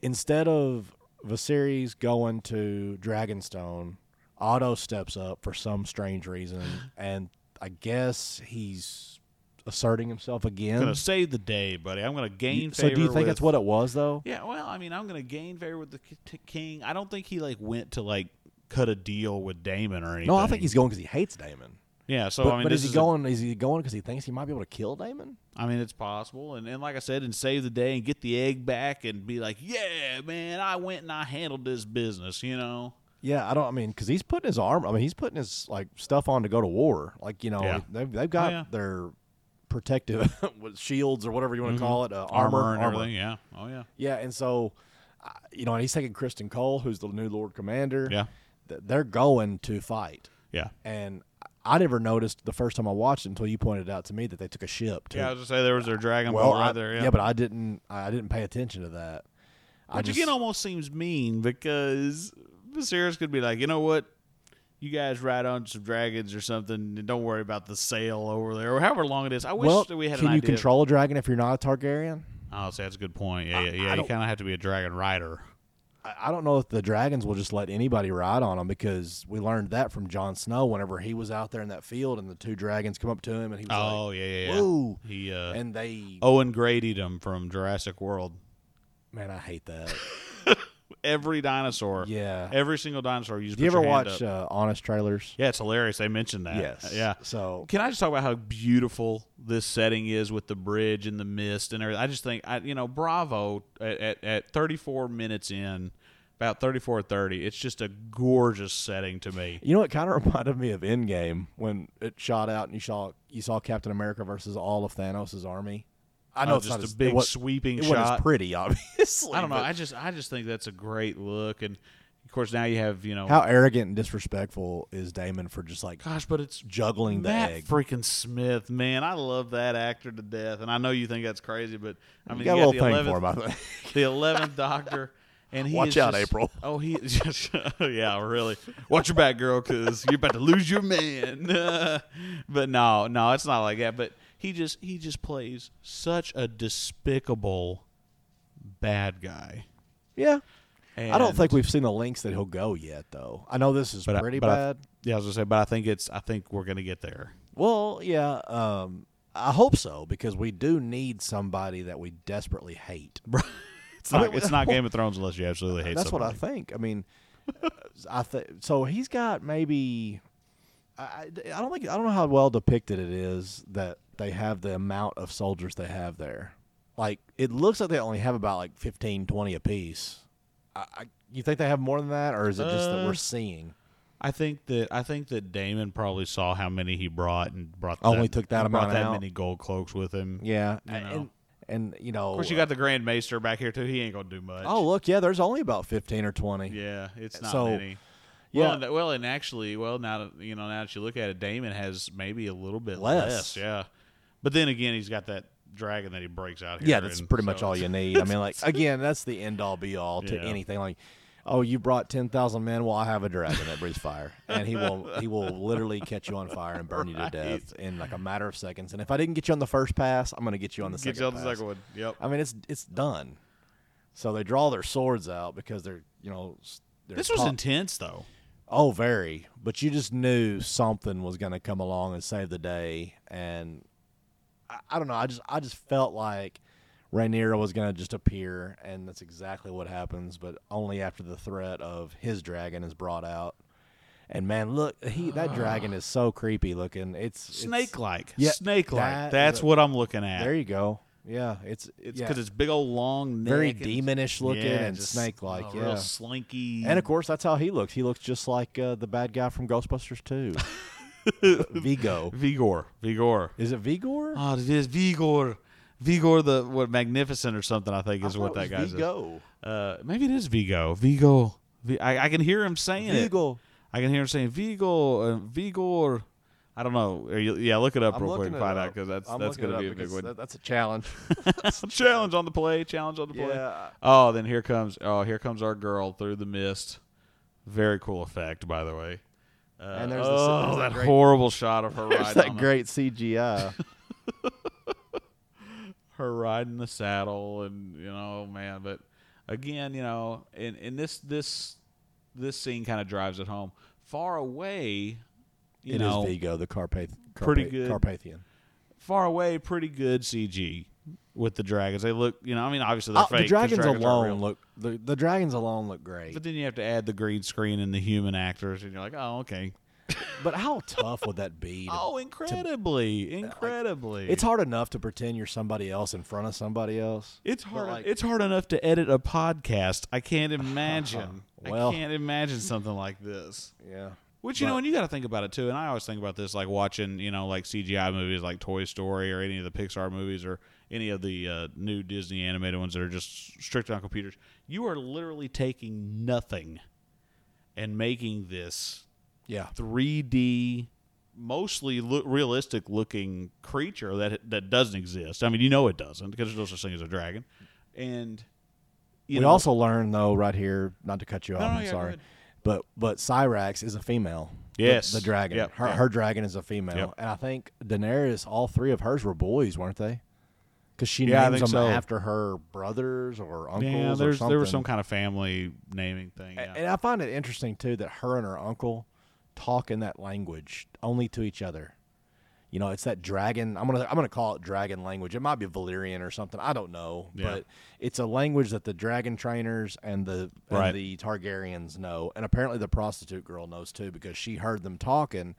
Speaker 2: instead of Viserys going to Dragonstone, Otto steps up for some strange reason, and I guess he's asserting himself
Speaker 1: I'm
Speaker 2: again.
Speaker 1: gonna save the day, buddy. I'm gonna gain.
Speaker 2: so do you
Speaker 1: favor
Speaker 2: think
Speaker 1: with,
Speaker 2: that's what it was though?
Speaker 1: Yeah. Well, I mean, I'm gonna gain favor with the k- t- king. I don't think he like went to like cut a deal with Damon or anything.
Speaker 2: No, I think he's going because he hates Damon.
Speaker 1: Yeah. So
Speaker 2: But,
Speaker 1: I mean,
Speaker 2: but
Speaker 1: this
Speaker 2: is he
Speaker 1: is a-
Speaker 2: going? is he going because he thinks he might be able to kill Damon?
Speaker 1: I mean, it's possible. And, and like I said, and save the day and get the egg back and be like, yeah, man, I went and I handled this business. You know.
Speaker 2: Yeah, I don't. I mean, because he's putting his arm. I mean, he's putting his like stuff on to go to war. Like you know,
Speaker 1: Yeah.
Speaker 2: they've they've got
Speaker 1: yeah.
Speaker 2: their protective with shields or whatever you want to call it, uh, armor,
Speaker 1: Mm-hmm. and
Speaker 2: armor.
Speaker 1: everything. Yeah. Oh yeah.
Speaker 2: Yeah, and so I- you know, and he's taking Kristen Cole, who's the new Lord Commander.
Speaker 1: Yeah.
Speaker 2: Th- they're going to fight,
Speaker 1: Yeah.
Speaker 2: and I never noticed the first time I watched it until you pointed out to me that they took a ship. Too.
Speaker 1: Yeah. I was gonna say there was their dragon
Speaker 2: well,
Speaker 1: ball right
Speaker 2: I-
Speaker 1: there.
Speaker 2: but I didn't. I didn't pay attention to that. I
Speaker 1: Which
Speaker 2: just,
Speaker 1: again almost seems mean because Viserys could be like, you know what? You guys ride on some dragons or something, and don't worry about the sail over there, or however long it is. I wish
Speaker 2: well,
Speaker 1: that we had
Speaker 2: can
Speaker 1: an
Speaker 2: you
Speaker 1: idea.
Speaker 2: control a dragon if you're not a Targaryen?
Speaker 1: oh, see, that's a good point. Yeah, yeah, yeah. you
Speaker 2: don't-
Speaker 1: kind of have to be a dragon rider.
Speaker 2: I I don't know if the dragons will just let anybody ride on them because we learned that from Jon Snow whenever he was out there in that field and the two dragons come up to him and he was
Speaker 1: Oh, yeah, yeah,
Speaker 2: like,
Speaker 1: yeah.
Speaker 2: "Whoa!"
Speaker 1: He uh,
Speaker 2: And they,
Speaker 1: Owen Grady'd him from Jurassic World.
Speaker 2: man, I hate that.
Speaker 1: Every dinosaur,
Speaker 2: Yeah.
Speaker 1: every single dinosaur. You, just
Speaker 2: Do you
Speaker 1: put
Speaker 2: ever
Speaker 1: your hand
Speaker 2: watch
Speaker 1: up.
Speaker 2: uh, Honest Trailers?
Speaker 1: Yeah, it's hilarious. They mentioned that. yeah.
Speaker 2: So
Speaker 1: Can I just talk about how beautiful this setting is with the bridge and the mist and everything? I just think, I you know, bravo at, at, at 34 minutes in, about 34 or 30. It's just a gorgeous setting to me.
Speaker 2: you know, it kind of reminded me of Endgame when it shot out and you saw you saw Captain America versus all of Thanos' army. I know
Speaker 1: Oh,
Speaker 2: it's
Speaker 1: just
Speaker 2: not
Speaker 1: a
Speaker 2: as,
Speaker 1: big
Speaker 2: it wa-
Speaker 1: sweeping
Speaker 2: It wasn't
Speaker 1: shot.
Speaker 2: as pretty, obviously.
Speaker 1: I don't know.
Speaker 2: but-
Speaker 1: I just I just think that's a great look and Of course, now you have you know.
Speaker 2: How arrogant and disrespectful is Damon for just like
Speaker 1: gosh, but it's
Speaker 2: juggling the
Speaker 1: Matt
Speaker 2: egg?
Speaker 1: freaking Smith, man. I love that actor to death, and I know you think that's crazy, but I mean,
Speaker 2: got a
Speaker 1: you
Speaker 2: little thing for him, I
Speaker 1: the 11th, the 11th Doctor, and he
Speaker 2: Watch
Speaker 1: is
Speaker 2: out,
Speaker 1: just-
Speaker 2: April.
Speaker 1: Oh, he is just yeah, really. Watch your back, girl, because you're about to lose your man. but no, no, it's not like that. But he just he just plays such a despicable bad guy.
Speaker 2: Yeah. I don't
Speaker 1: And-
Speaker 2: think we've seen the links that he'll go yet, though. I know this is
Speaker 1: but I-
Speaker 2: pretty
Speaker 1: but I-
Speaker 2: bad.
Speaker 1: yeah, I was gonna say, but I think it's I think we're gonna get there.
Speaker 2: well, yeah. Um, I hope so because we do need somebody that we desperately hate.
Speaker 1: It's
Speaker 2: I
Speaker 1: not,
Speaker 2: mean,
Speaker 1: it's not Game of Thrones unless you absolutely hate.
Speaker 2: That's
Speaker 1: somebody.
Speaker 2: what I think. I mean, uh, I think so. He's got maybe. I, I I don't think I don't know how well depicted it is that they have the amount of soldiers they have there. Like it looks like they only have about like 15, 20 apiece. I, I, you think they have more than that, or is it just that
Speaker 1: Uh,
Speaker 2: we're seeing?
Speaker 1: I think that I think that Damon probably saw how many he brought and brought
Speaker 2: Only
Speaker 1: that,
Speaker 2: Oh, took that
Speaker 1: brought
Speaker 2: amount
Speaker 1: that
Speaker 2: out.
Speaker 1: many gold cloaks with him.
Speaker 2: Yeah,
Speaker 1: you know.
Speaker 2: and, and you know,
Speaker 1: Of course, you got the Grand Maester back here too. He ain't gonna do much.
Speaker 2: oh look, yeah, there's only about fifteen or twenty.
Speaker 1: yeah, it's not
Speaker 2: So,
Speaker 1: many.
Speaker 2: yeah.
Speaker 1: Well, and, well, and actually, well, now that, you know, now that you look at it, Damon has maybe a little bit less.
Speaker 2: Less.
Speaker 1: yeah, but then again, he's got that dragon that he breaks out here.
Speaker 2: Yeah, that's
Speaker 1: and
Speaker 2: pretty much
Speaker 1: so
Speaker 2: all you need. I mean, like again, that's the end all be all to
Speaker 1: Yeah.
Speaker 2: anything. Like, oh, you brought ten thousand men. Well, I have a dragon that breathes fire, and he will he will literally catch you on fire and burn you to
Speaker 1: Right.
Speaker 2: death in like a matter of seconds. And if I didn't get you on the first pass, I'm gonna get you on the
Speaker 1: Get
Speaker 2: second.
Speaker 1: you on the
Speaker 2: pass.
Speaker 1: second one. Yep.
Speaker 2: I mean, it's it's done. So they draw their swords out because they're you know s- they're
Speaker 1: This was
Speaker 2: pop-
Speaker 1: intense though.
Speaker 2: Oh, very. But you just knew something was going to come along and save the day, and I, I don't know. I just I just felt like Rhaenyra was going to just appear, and that's exactly what happens. But only after the threat of his dragon is brought out. And man, look, he that dragon is so creepy looking. It's it's-
Speaker 1: Snake like.
Speaker 2: Yeah,
Speaker 1: Snake like.
Speaker 2: that-
Speaker 1: That's what I'm looking at.
Speaker 2: There you go. Yeah, it's
Speaker 1: It's
Speaker 2: it's
Speaker 1: because it's big old long neck,
Speaker 2: very
Speaker 1: and it's-
Speaker 2: demonish looking
Speaker 1: yeah,
Speaker 2: and
Speaker 1: just
Speaker 2: snake like.
Speaker 1: a
Speaker 2: Yeah.
Speaker 1: real slinky,
Speaker 2: And of course, that's how he looks. He looks just like uh, the bad guy from Ghostbusters 2. Vigo.
Speaker 1: Vigor, Vigor.
Speaker 2: Is it Vigor?
Speaker 1: Oh, it is Vigor, Vigor the what magnificent or something. I think is what that guy's.
Speaker 2: Vigo.
Speaker 1: Uh, maybe it is Vigo, Vigo. V- I, I can hear him saying it.
Speaker 2: Vigo.
Speaker 1: I can hear him saying Vigo, uh, Vigor. I don't know. Are you- yeah, look it up real quick and find out because that's that's gonna be a big one.
Speaker 2: that's a challenge.
Speaker 1: challenge on the play. Challenge on the play.
Speaker 2: Yeah.
Speaker 1: Oh, then here comes oh here comes our girl through the mist. Very cool effect, by the way. Uh,
Speaker 2: And there's the-
Speaker 1: oh,
Speaker 2: there's that
Speaker 1: that,
Speaker 2: great-
Speaker 1: horrible shot of her
Speaker 2: There's
Speaker 1: riding
Speaker 2: that
Speaker 1: on
Speaker 2: great CGI.
Speaker 1: the, her riding the saddle, and you know, man. But again, you know, and and this this this scene kind of drives it home. Far away, you
Speaker 2: It is
Speaker 1: know,
Speaker 2: Vigo, the Carpath-
Speaker 1: Pretty
Speaker 2: Carpa-
Speaker 1: good.
Speaker 2: Carpathian.
Speaker 1: far away, pretty good CG with the dragons. They look, you know, I mean, obviously they're
Speaker 2: Oh,
Speaker 1: fake.
Speaker 2: the
Speaker 1: 'cause
Speaker 2: dragons,
Speaker 1: aren't real.
Speaker 2: alone look the, the dragons alone look great.
Speaker 1: But then you have to add the green screen and the human actors, and you're like, oh, okay.
Speaker 2: But how tough would that be? to-
Speaker 1: Oh, incredibly, incredibly.
Speaker 2: it's hard enough to pretend you're somebody else in front of somebody else.
Speaker 1: It's hard.
Speaker 2: like-
Speaker 1: it's hard enough to edit a podcast. I can't imagine.
Speaker 2: Well.
Speaker 1: I can't imagine something like this.
Speaker 2: Yeah.
Speaker 1: Which you know,
Speaker 2: But-
Speaker 1: and you got to think about it too. And I always think about this, like watching you know, like CGI movies, like Toy Story, or any of the Pixar movies, or any of the uh, new Disney animated ones that are just strictly on computers. You are literally taking nothing and making this
Speaker 2: Yeah.
Speaker 1: 3D, mostly lo- realistic looking creature that that doesn't exist. I mean, you know it doesn't because there's no such thing as a dragon. And you
Speaker 2: we
Speaker 1: know,
Speaker 2: also learned though, right here, not to cut you off.
Speaker 1: no,
Speaker 2: I'm
Speaker 1: yeah, go
Speaker 2: sorry,
Speaker 1: ahead.
Speaker 2: but but Cyrax is a female. The-
Speaker 1: Yes.
Speaker 2: the, dragon.
Speaker 1: Yep,
Speaker 2: Her
Speaker 1: yep.
Speaker 2: her dragon is a female,
Speaker 1: Yep.
Speaker 2: and I think Daenerys. All three of hers were boys, weren't they? Because she
Speaker 1: Yeah, I
Speaker 2: names them
Speaker 1: think so.
Speaker 2: after her brothers or uncles
Speaker 1: yeah,
Speaker 2: or
Speaker 1: there's
Speaker 2: something.
Speaker 1: there was some kind of family naming thing.
Speaker 2: A-
Speaker 1: yeah.
Speaker 2: And I find it interesting too that her and her uncle talk in that language only to each other. You know, it's that dragon. I'm gonna I'm gonna call it dragon language. It might be Valyrian or something. I don't know,
Speaker 1: Yeah.
Speaker 2: but it's a language that the dragon trainers and the and
Speaker 1: Right.
Speaker 2: the Targaryens know, and apparently the prostitute girl knows too because she heard them talking.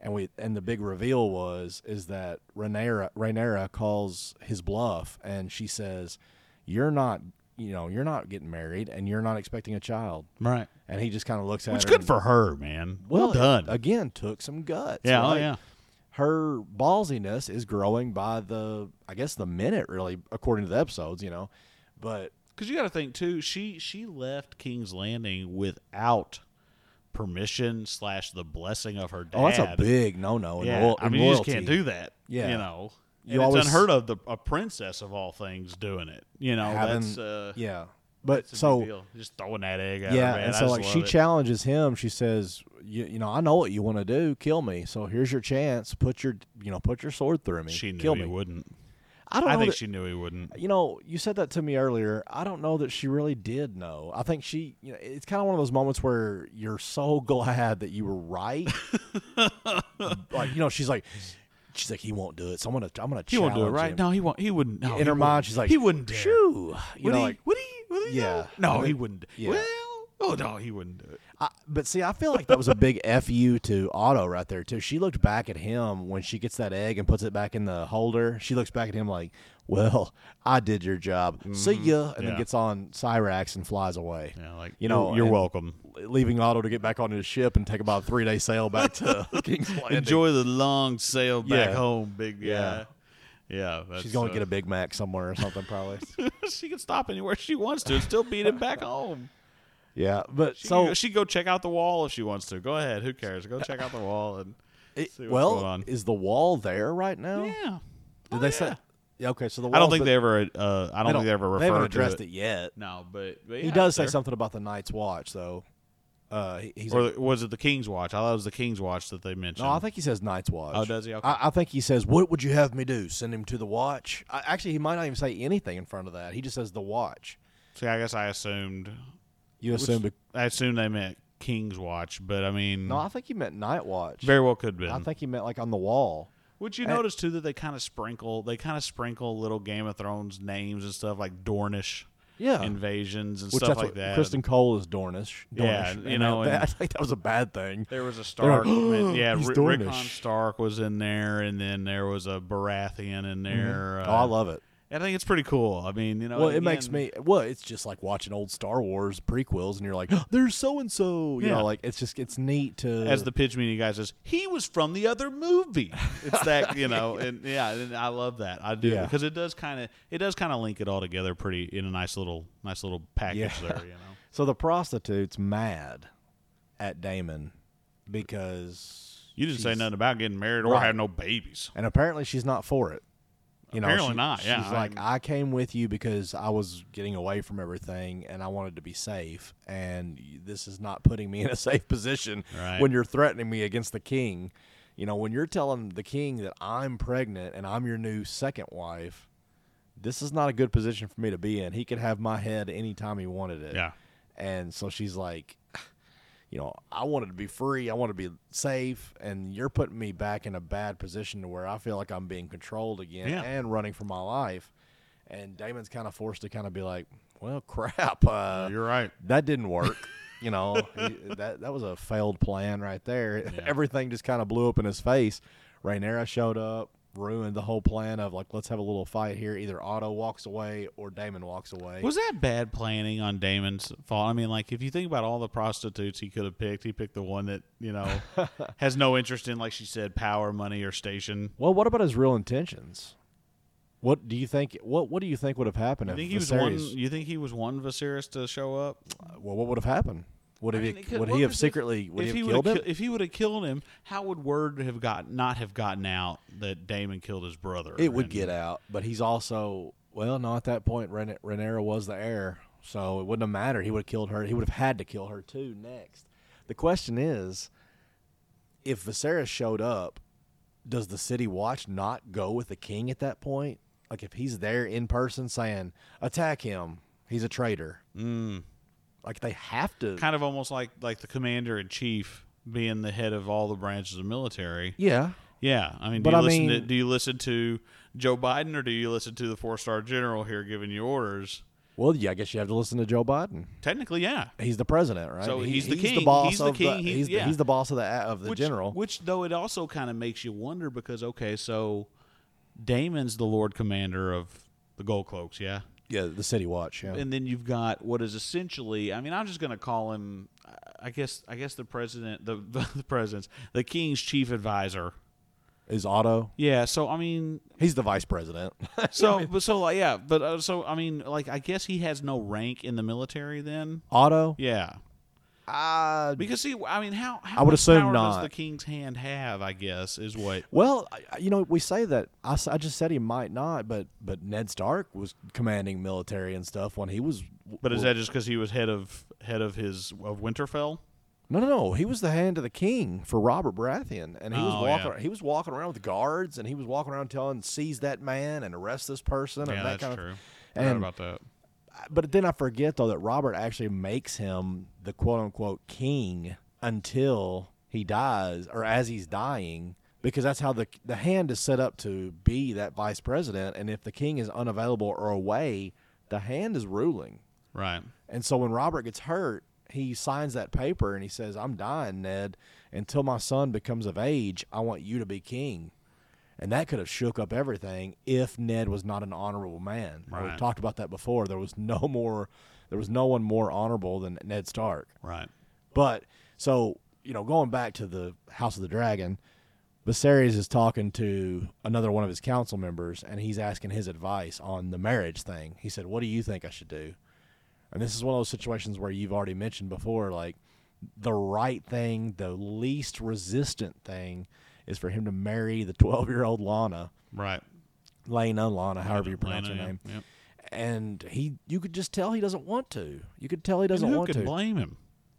Speaker 2: And we and the big reveal was is that Rhaenyra Rhaenyra calls his bluff and she says, "You're not, you know, you're not getting married and you're not expecting a child."
Speaker 1: right.
Speaker 2: And he just kind of looks at
Speaker 1: Which
Speaker 2: her.
Speaker 1: good
Speaker 2: and-
Speaker 1: for her, man. Well,
Speaker 2: it,
Speaker 1: done.
Speaker 2: Again, took some guts.
Speaker 1: yeah, oh
Speaker 2: right?
Speaker 1: yeah.
Speaker 2: Her ballsiness is growing by the, I guess, the minute, really, according to the episodes, you know. But
Speaker 1: Because you got to think too. She she left King's Landing without permission slash the blessing of her dad.
Speaker 2: Oh, that's a big no no.
Speaker 1: Yeah, I mean, you just can't do that.
Speaker 2: Yeah.
Speaker 1: you know,
Speaker 2: You
Speaker 1: And
Speaker 2: always-
Speaker 1: it's unheard of. The a princess of all things doing it. You know,
Speaker 2: Having-
Speaker 1: that's uh,
Speaker 2: Yeah, but
Speaker 1: that's a big
Speaker 2: so
Speaker 1: deal. just throwing that egg. At
Speaker 2: yeah,
Speaker 1: her, man.
Speaker 2: and
Speaker 1: I
Speaker 2: so
Speaker 1: just
Speaker 2: like
Speaker 1: love
Speaker 2: she
Speaker 1: it.
Speaker 2: challenges him. She says, you, "You know, I know what you want to do. Kill me. So here's your chance. Put your you know put your sword through me.
Speaker 1: She knew
Speaker 2: kill
Speaker 1: he
Speaker 2: me.
Speaker 1: wouldn't.
Speaker 2: I don't
Speaker 1: I
Speaker 2: know
Speaker 1: think
Speaker 2: that-
Speaker 1: she knew he wouldn't.
Speaker 2: you know, you said that to me earlier. I don't know that she really did know. I think she, you know, it's kind of one of those moments where you're so glad that you were right. like, you know, she's like, she's like, he won't do it. So I'm gonna, I'm gonna.
Speaker 1: He won't do it,
Speaker 2: challenge
Speaker 1: right?
Speaker 2: him."
Speaker 1: No, he won't. He wouldn't. No,
Speaker 2: In
Speaker 1: he
Speaker 2: her mind,
Speaker 1: wouldn't.
Speaker 2: she's like,
Speaker 1: he wouldn't dare.
Speaker 2: Shoo. You
Speaker 1: would
Speaker 2: know,
Speaker 1: he?
Speaker 2: like,
Speaker 1: would he? Would he?
Speaker 2: Yeah.
Speaker 1: No,
Speaker 2: I mean-
Speaker 1: he wouldn't. do-
Speaker 2: yeah.
Speaker 1: Well, oh no, he wouldn't do it.
Speaker 2: I, but see, I feel like that was a big fu to Otto right there too. She looked back at him when she gets that egg and puts it back in the holder. She looks back at him like, "Well, I did your job. See ya," and
Speaker 1: Mm-hmm. Yeah.
Speaker 2: then gets on Cyrax and flies away.
Speaker 1: Yeah, like
Speaker 2: You know,
Speaker 1: you're
Speaker 2: and-
Speaker 1: welcome.
Speaker 2: leaving Otto to get back on his ship and take about a three day sail back to King's Landing.
Speaker 1: Enjoy the long sail back
Speaker 2: Yeah.
Speaker 1: home, big guy. Yeah,
Speaker 2: Yeah.
Speaker 1: that's,
Speaker 2: She's going to
Speaker 1: uh,
Speaker 2: get a Big Mac somewhere or something, probably.
Speaker 1: she can stop anywhere she wants to and still beat him back home.
Speaker 2: yeah, but
Speaker 1: She,
Speaker 2: so
Speaker 1: can, she can go check out the wall if she wants to. Go ahead. Who cares? Go check out the wall and
Speaker 2: it-
Speaker 1: see what's going
Speaker 2: well,
Speaker 1: on.
Speaker 2: is the wall there right now?
Speaker 1: yeah.
Speaker 2: Did they say? Oh, Yeah, okay, so the wall.
Speaker 1: I don't think they ever. Uh, I don't, think they ever referred
Speaker 2: haven't
Speaker 1: to
Speaker 2: addressed it. yet.
Speaker 1: No, but, but
Speaker 2: he
Speaker 1: yeah,
Speaker 2: does
Speaker 1: it's
Speaker 2: say
Speaker 1: there.
Speaker 2: something about the Night's Watch, though. Uh, he- he's like,
Speaker 1: Or was it the King's Watch? I thought it was the King's Watch that they mentioned.
Speaker 2: no, I think he says Night's Watch.
Speaker 1: Oh, does he? Okay.
Speaker 2: I, I think he says, "What would you have me do? Send him to the Watch?" I, actually, he might not even say anything in front of that. He just says the Watch.
Speaker 1: See, I guess I assumed.
Speaker 2: You assume? be-
Speaker 1: I assumed they meant King's Watch, but I mean,
Speaker 2: no, I think he meant Night Watch.
Speaker 1: very well could be.
Speaker 2: I think he meant like on the wall.
Speaker 1: Would you
Speaker 2: I-
Speaker 1: notice too that they kind of sprinkle they kind of sprinkle little Game of Thrones names and stuff like Dornish
Speaker 2: Yeah.
Speaker 1: invasions and
Speaker 2: Which
Speaker 1: stuff
Speaker 2: that's
Speaker 1: like
Speaker 2: what
Speaker 1: that.
Speaker 2: Kristen Cole is Dornish.
Speaker 1: Yeah,
Speaker 2: Dornish.
Speaker 1: you
Speaker 2: And
Speaker 1: know,
Speaker 2: that-
Speaker 1: and-
Speaker 2: I think that was a bad thing.
Speaker 1: There was a
Speaker 2: They're
Speaker 1: Stark,
Speaker 2: like,
Speaker 1: man- yeah.
Speaker 2: he's
Speaker 1: Ri-
Speaker 2: Dornish.
Speaker 1: Rickon Stark was in there, and then there was a Baratheon in there.
Speaker 2: oh,
Speaker 1: uh,
Speaker 2: I love it.
Speaker 1: and I think it's pretty cool. I mean, you know,
Speaker 2: Well, it makes
Speaker 1: Uh, again-
Speaker 2: me well. It's just like watching old Star Wars prequels, and you're like, "There's so and so," you
Speaker 1: Yeah.
Speaker 2: know, like it's just it's neat to
Speaker 1: as the pitch meeting guy says, he was from the other movie. It's that you know, and yeah, and I love that. I do
Speaker 2: Yeah.
Speaker 1: because it does kind of it does kind of link it all together pretty in a nice little nice little package
Speaker 2: Yeah.
Speaker 1: there. You know.
Speaker 2: So the prostitute's mad at Damon because
Speaker 1: You didn't say
Speaker 2: she's-
Speaker 1: nothing about getting married or
Speaker 2: Right.
Speaker 1: having no babies.
Speaker 2: and apparently she's not for it. You know,
Speaker 1: Apparently
Speaker 2: she-
Speaker 1: not, yeah,
Speaker 2: she's
Speaker 1: I
Speaker 2: like,
Speaker 1: mean-
Speaker 2: I came with you because I was getting away from everything and I wanted to be safe, and y- this is not putting me in a safe position
Speaker 1: Right.
Speaker 2: when you're threatening me against the king. You know, when you're telling the king that I'm pregnant and I'm your new second wife, this is not a good position for me to be in. He could have my head anytime he wanted it.
Speaker 1: Yeah.
Speaker 2: And so she's like, you know, I wanted to be free. I want to be safe. And you're putting me back in a bad position to where I feel like I'm being controlled again
Speaker 1: Yeah.
Speaker 2: and running for my life. And Damon's kind of forced to kind of be like, well, crap. Uh,
Speaker 1: You're right.
Speaker 2: that didn't work. you know, he, that, that was a failed plan right there. Everything just kind of blew up in his face. Rainera showed up, ruined the whole plan of like, let's have a little fight here. Either Otto walks away or Damon walks away.
Speaker 1: Was that bad planning on Damon's fault? I mean, like if you think about all the prostitutes he could have picked, he picked the one that, you know, has no interest in like she said power, money or station.
Speaker 2: Well, what about his real intentions? What do you think? What What do you think would have happened?
Speaker 1: You
Speaker 2: if
Speaker 1: think he was one
Speaker 2: Viserys,
Speaker 1: you think he was one Viserys to show up?
Speaker 2: Well, what would have happened? Would
Speaker 1: I
Speaker 2: have
Speaker 1: mean,
Speaker 2: he,
Speaker 1: it could-
Speaker 2: Would
Speaker 1: what
Speaker 2: he have
Speaker 1: was it-
Speaker 2: secretly? Would
Speaker 1: if
Speaker 2: he have
Speaker 1: would've
Speaker 2: killed him?
Speaker 1: kill- if he would have killed him, how would word have got not have gotten out that Damon killed his brother?
Speaker 2: it would
Speaker 1: And-
Speaker 2: get out, but he's also well. No, at that point, Ren- Renera was the heir, so it wouldn't have mattered. He would have killed her. He would have had to kill her too. Next, the question is, if Viserys showed up, does the city watch not go with the king at that point? Like if he's there in person saying, "Attack him," he's a traitor.
Speaker 1: Mm.
Speaker 2: Like they have to.
Speaker 1: kind of almost like like the commander in chief being the head of all the branches of military.
Speaker 2: yeah.
Speaker 1: Yeah, I mean, do
Speaker 2: But
Speaker 1: you
Speaker 2: I
Speaker 1: listen to
Speaker 2: mean-
Speaker 1: do you listen to Joe Biden or do you listen to the four star general here giving you orders?
Speaker 2: Well, yeah. I guess you have to listen to Joe Biden.
Speaker 1: Technically, yeah.
Speaker 2: He's the president, right?
Speaker 1: So he's the
Speaker 2: He's
Speaker 1: king,
Speaker 2: the boss
Speaker 1: he's the
Speaker 2: of
Speaker 1: king, he's-
Speaker 2: he's,
Speaker 1: yeah.
Speaker 2: the, he's the boss of the of the
Speaker 1: which,
Speaker 2: general.
Speaker 1: Which though it also kind of makes you wonder because okay, so Damon's the Lord Commander of the Gold Cloaks, yeah.
Speaker 2: yeah, the city watch. Yeah.
Speaker 1: and then you've got what is essentially i mean i'm just going to call him i guess i guess the president the, the president's the king's chief advisor
Speaker 2: Is Otto?
Speaker 1: Yeah, so I mean,
Speaker 2: He's the vice president.
Speaker 1: so but so like yeah, but uh, so I mean, like I guess he has no rank in the military then.
Speaker 2: Otto?
Speaker 1: Yeah,
Speaker 2: Uh,
Speaker 1: because see, I mean, how, how
Speaker 2: I would
Speaker 1: much
Speaker 2: assume
Speaker 1: power does
Speaker 2: not.
Speaker 1: the king's hand have? I guess is what.
Speaker 2: well, I- I- you know, we say that. I, s- I just said he might not, but but Ned Stark was commanding military and stuff when he was.
Speaker 1: But is that just because he was head of head of his of Winterfell?
Speaker 2: No, no, no. He was the hand of the king for Robert Baratheon, and he was
Speaker 1: Oh,
Speaker 2: walking.
Speaker 1: yeah.
Speaker 2: He was walking around with guards, and he was walking around telling, "Seize that man and arrest this person."
Speaker 1: Yeah,
Speaker 2: and that
Speaker 1: that's
Speaker 2: kind of.
Speaker 1: true. I
Speaker 2: and-
Speaker 1: forgot about that.
Speaker 2: But then I forget though that Robert actually makes him the quote unquote king until he dies or as he's dying because that's how the the hand is set up to be that vice president and if the king is unavailable or away the hand is ruling.
Speaker 1: Right.
Speaker 2: And so when Robert gets hurt, he signs that paper and he says, "I'm dying, Ned, until my son becomes of age, I want you to be king." And that could have shook up everything if Ned was not an honorable man. And
Speaker 1: Right.
Speaker 2: We've talked about that before. There was no more there was no one more honorable than Ned Stark.
Speaker 1: Right.
Speaker 2: But so, you know, going back to the House of the Dragon, Viserys is talking to another one of his council members and he's asking his advice on the marriage thing. He said, What do you think I should do? And this is one of those situations where you've already mentioned before, like the right thing, the least resistant thing is for him to marry the 12 year old Lana,
Speaker 1: Right.
Speaker 2: Lena, Lana, however you pronounce
Speaker 1: Lena,
Speaker 2: her name.
Speaker 1: yeah, yeah.
Speaker 2: And he, you could just tell he doesn't want to. You could tell he doesn't
Speaker 1: Who
Speaker 2: want
Speaker 1: could
Speaker 2: to
Speaker 1: blame him?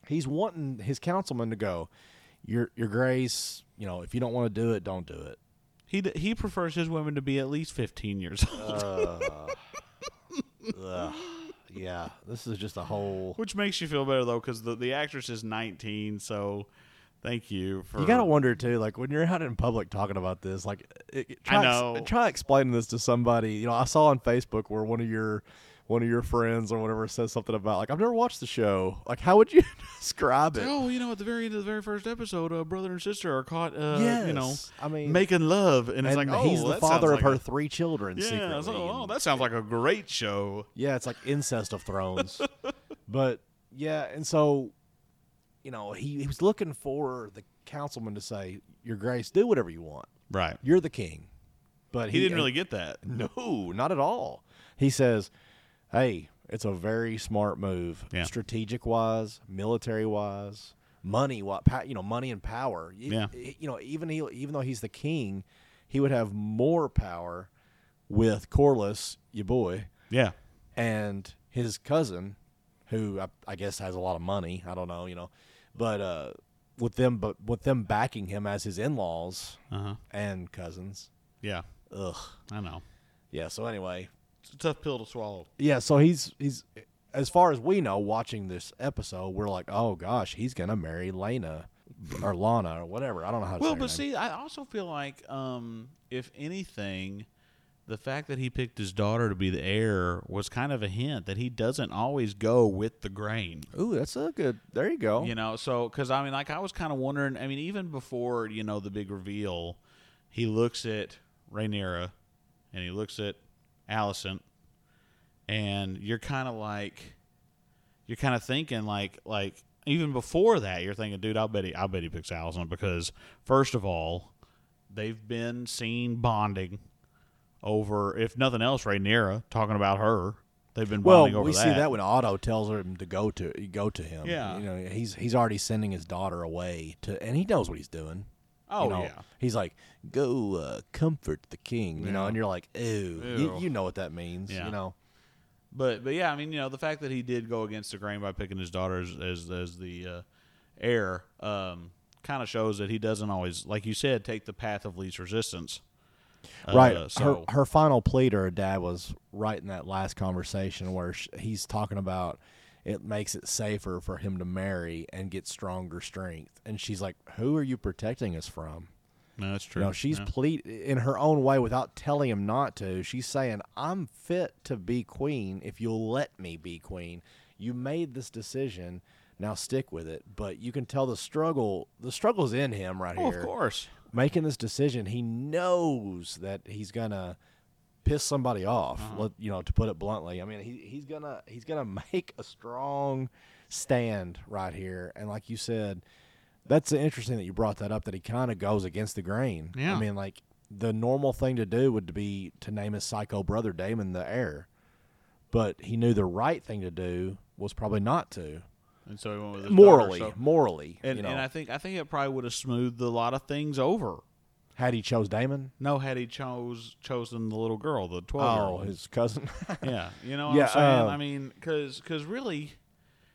Speaker 2: he's wanting his councilman to go, your your grace, you know, if you don't want to do it, don't do it.
Speaker 1: He d- he prefers his women to be at least fifteen years old,
Speaker 2: Yeah, this is just a whole.
Speaker 1: which makes you feel better though, because the the actress is nineteen. So, thank you for
Speaker 2: You gotta wonder too, like when you're out in public talking about this, like it, it- try,
Speaker 1: I
Speaker 2: ex-
Speaker 1: know.
Speaker 2: try explaining this to somebody. You know, I saw on Facebook where one of your one of your friends or whatever says something about like I've never watched the show. Like, how would you describe it?
Speaker 1: Oh, you know, at the very end of the very first episode, a brother and sister are caught, uh, you know,
Speaker 2: Yes, I mean-
Speaker 1: making love, and, it's
Speaker 2: and
Speaker 1: like, oh,
Speaker 2: he's
Speaker 1: well,
Speaker 2: the
Speaker 1: that sounds
Speaker 2: father of
Speaker 1: like
Speaker 2: her
Speaker 1: a-
Speaker 2: three children.
Speaker 1: yeah,
Speaker 2: secretly.
Speaker 1: so, oh,
Speaker 2: and-
Speaker 1: that sounds like a great show.
Speaker 2: Yeah, it's like incest of thrones. but yeah, and so you know, he, he was looking for the councilman to say, Your Grace, do whatever you want.
Speaker 1: Right.
Speaker 2: You're the king. But
Speaker 1: He
Speaker 2: he,
Speaker 1: didn't really get that.
Speaker 2: No, not at all. He says, Hey, it's a very smart move.
Speaker 1: Yeah.
Speaker 2: Strategic wise, military wise, money what you know, money and power. You-
Speaker 1: Yeah.
Speaker 2: You know, even he even though he's the king, he would have more power with Corliss, your boy
Speaker 1: Yeah.
Speaker 2: and his cousin, who I, I guess has a lot of money. I don't know, you know, but uh, with them, but with them backing him as his in-laws
Speaker 1: Uh huh.
Speaker 2: and cousins.
Speaker 1: Yeah.
Speaker 2: Ugh.
Speaker 1: I know.
Speaker 2: Yeah. So anyway,
Speaker 1: It's a tough pill to swallow.
Speaker 2: yeah. So he's he's as far as we know, watching this episode, we're like, oh gosh, he's gonna marry Lena or Lana or whatever. I don't know how. To say
Speaker 1: Well,
Speaker 2: her
Speaker 1: but
Speaker 2: name.
Speaker 1: see, I also feel like, um, if anything, the fact that he picked his daughter to be the heir was kind of a hint that he doesn't always go with the grain.
Speaker 2: Ooh, that's a good. There you go.
Speaker 1: You know, so because I mean, like I was kind of wondering. I mean, even before you know the big reveal, he looks at Rhaenyra, and he looks at Allison, and you're kind of like, you're kind of thinking like like even before that, you're thinking, dude, I bet he I bet he picks Allison because first of all, they've been seen bonding over if nothing else, Rhaenyra talking about her. They've been
Speaker 2: Well,
Speaker 1: bonding over
Speaker 2: we see that when Otto tells him to go to go to him.
Speaker 1: Yeah.
Speaker 2: you know he's he's already sending his daughter away to, and he knows what he's doing. You
Speaker 1: Oh
Speaker 2: know,
Speaker 1: yeah.
Speaker 2: he's like go uh, comfort the king, you know,
Speaker 1: Yeah.
Speaker 2: and you're like, ooh, you,
Speaker 1: Ew.
Speaker 2: you know what that means,
Speaker 1: Yeah.
Speaker 2: you know.
Speaker 1: But but yeah, I mean, you know, the fact that he did go against the grain by picking his daughter as as, as the uh, heir um, kind of shows that he doesn't always, like you said, take the path of least resistance. Uh,
Speaker 2: right.
Speaker 1: So
Speaker 2: Her, her final plea to her dad was right in that last conversation where sh he's talking about it makes it safer for him to marry and get stronger strength, and she's like, who are you protecting us from?
Speaker 1: no, that's true.
Speaker 2: No, she's
Speaker 1: Yeah.
Speaker 2: plead in her own way without telling him not to. She's saying, "I'm fit to be queen if you'll let me be queen. You made this decision. Now stick with it." But you can tell the struggle. The struggle's in him right
Speaker 1: oh,
Speaker 2: here.
Speaker 1: of course.
Speaker 2: Making this decision, he knows that he's gonna piss somebody off. let- you know, to put it bluntly. I mean, he, he's gonna he's gonna make a strong stand right here. And like you said, that's interesting that you brought that up. That he kind of goes against the grain.
Speaker 1: Yeah.
Speaker 2: I mean, like the normal thing to do would be to name his psycho brother Damon the heir, but he knew the right thing to do was probably not to
Speaker 1: and so he went with his
Speaker 2: morally.
Speaker 1: daughter, so-
Speaker 2: morally,
Speaker 1: and,
Speaker 2: you know,
Speaker 1: and I think I think it probably would have smoothed a lot of things over.
Speaker 2: had he chose Damon,
Speaker 1: No, had he chose chosen the little girl, the twelve year
Speaker 2: oh,
Speaker 1: old.
Speaker 2: his cousin.
Speaker 1: yeah, you know what
Speaker 2: Yeah,
Speaker 1: I'm saying.
Speaker 2: uh,
Speaker 1: I mean, because really,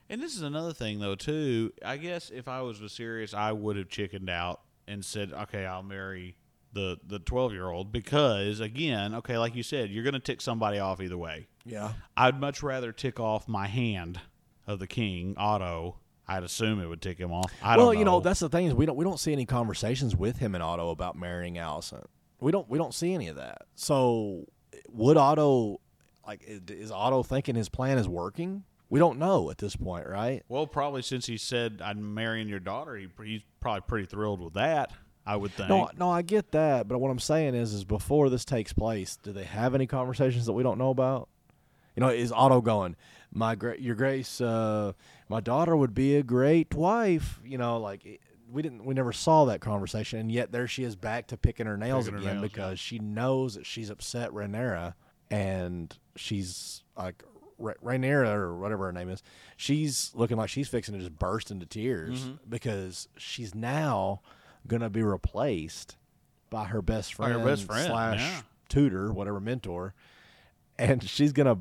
Speaker 1: and this is another thing though too. I guess if I was serious, I would have chickened out and said, okay, I'll marry the the twelve year old because again, okay, like you said, you're gonna tick somebody off either way.
Speaker 2: yeah,
Speaker 1: I'd much rather tick off my hand of the king, Otto. I'd assume it would tick him off. I
Speaker 2: well,
Speaker 1: don't know.
Speaker 2: you know, that's the thing is we don't we don't see any conversations with him and Otto about marrying Allison. We don't we don't see any of that. So would Otto like i- is Otto thinking his plan is working? We don't know at this point, right?
Speaker 1: well, probably since he said I'm marrying your daughter, he, he's probably pretty thrilled with that. I would think.
Speaker 2: No, no, I get that, but what I'm saying is, is before this takes place, do they have any conversations that we don't know about? You know, is Otto going? My gra- your grace, uh, my daughter would be a great wife. You know, like it- we didn't, we never saw that conversation, and yet there she is back to picking her nails
Speaker 1: Picking her
Speaker 2: again
Speaker 1: nails, yeah.
Speaker 2: because she knows that she's upset Rhaenyra, and she's like Rha- Rhaenyra or whatever her name is. She's looking like she's fixing to just burst into tears
Speaker 1: Mm-hmm.
Speaker 2: because she's now gonna be replaced by her best
Speaker 1: By
Speaker 2: friend,
Speaker 1: her best friend,
Speaker 2: slash
Speaker 1: yeah.
Speaker 2: tutor, whatever mentor, and she's gonna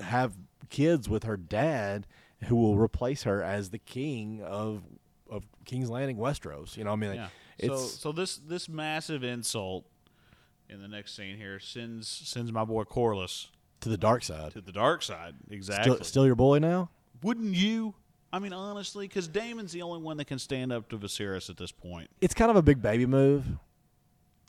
Speaker 2: have kids with her dad, who will replace her as the king of of King's Landing, Westeros. You know, I mean, like,
Speaker 1: Yeah. So
Speaker 2: it's
Speaker 1: so this this massive insult in the next scene here sends sends my boy Corliss
Speaker 2: to the dark side.
Speaker 1: to the dark side. Exactly.
Speaker 2: Still, still your boy now.
Speaker 1: Wouldn't you? I mean, honestly, because Damon's the only one that can stand up to Viserys at this point.
Speaker 2: It's kind of a big baby move.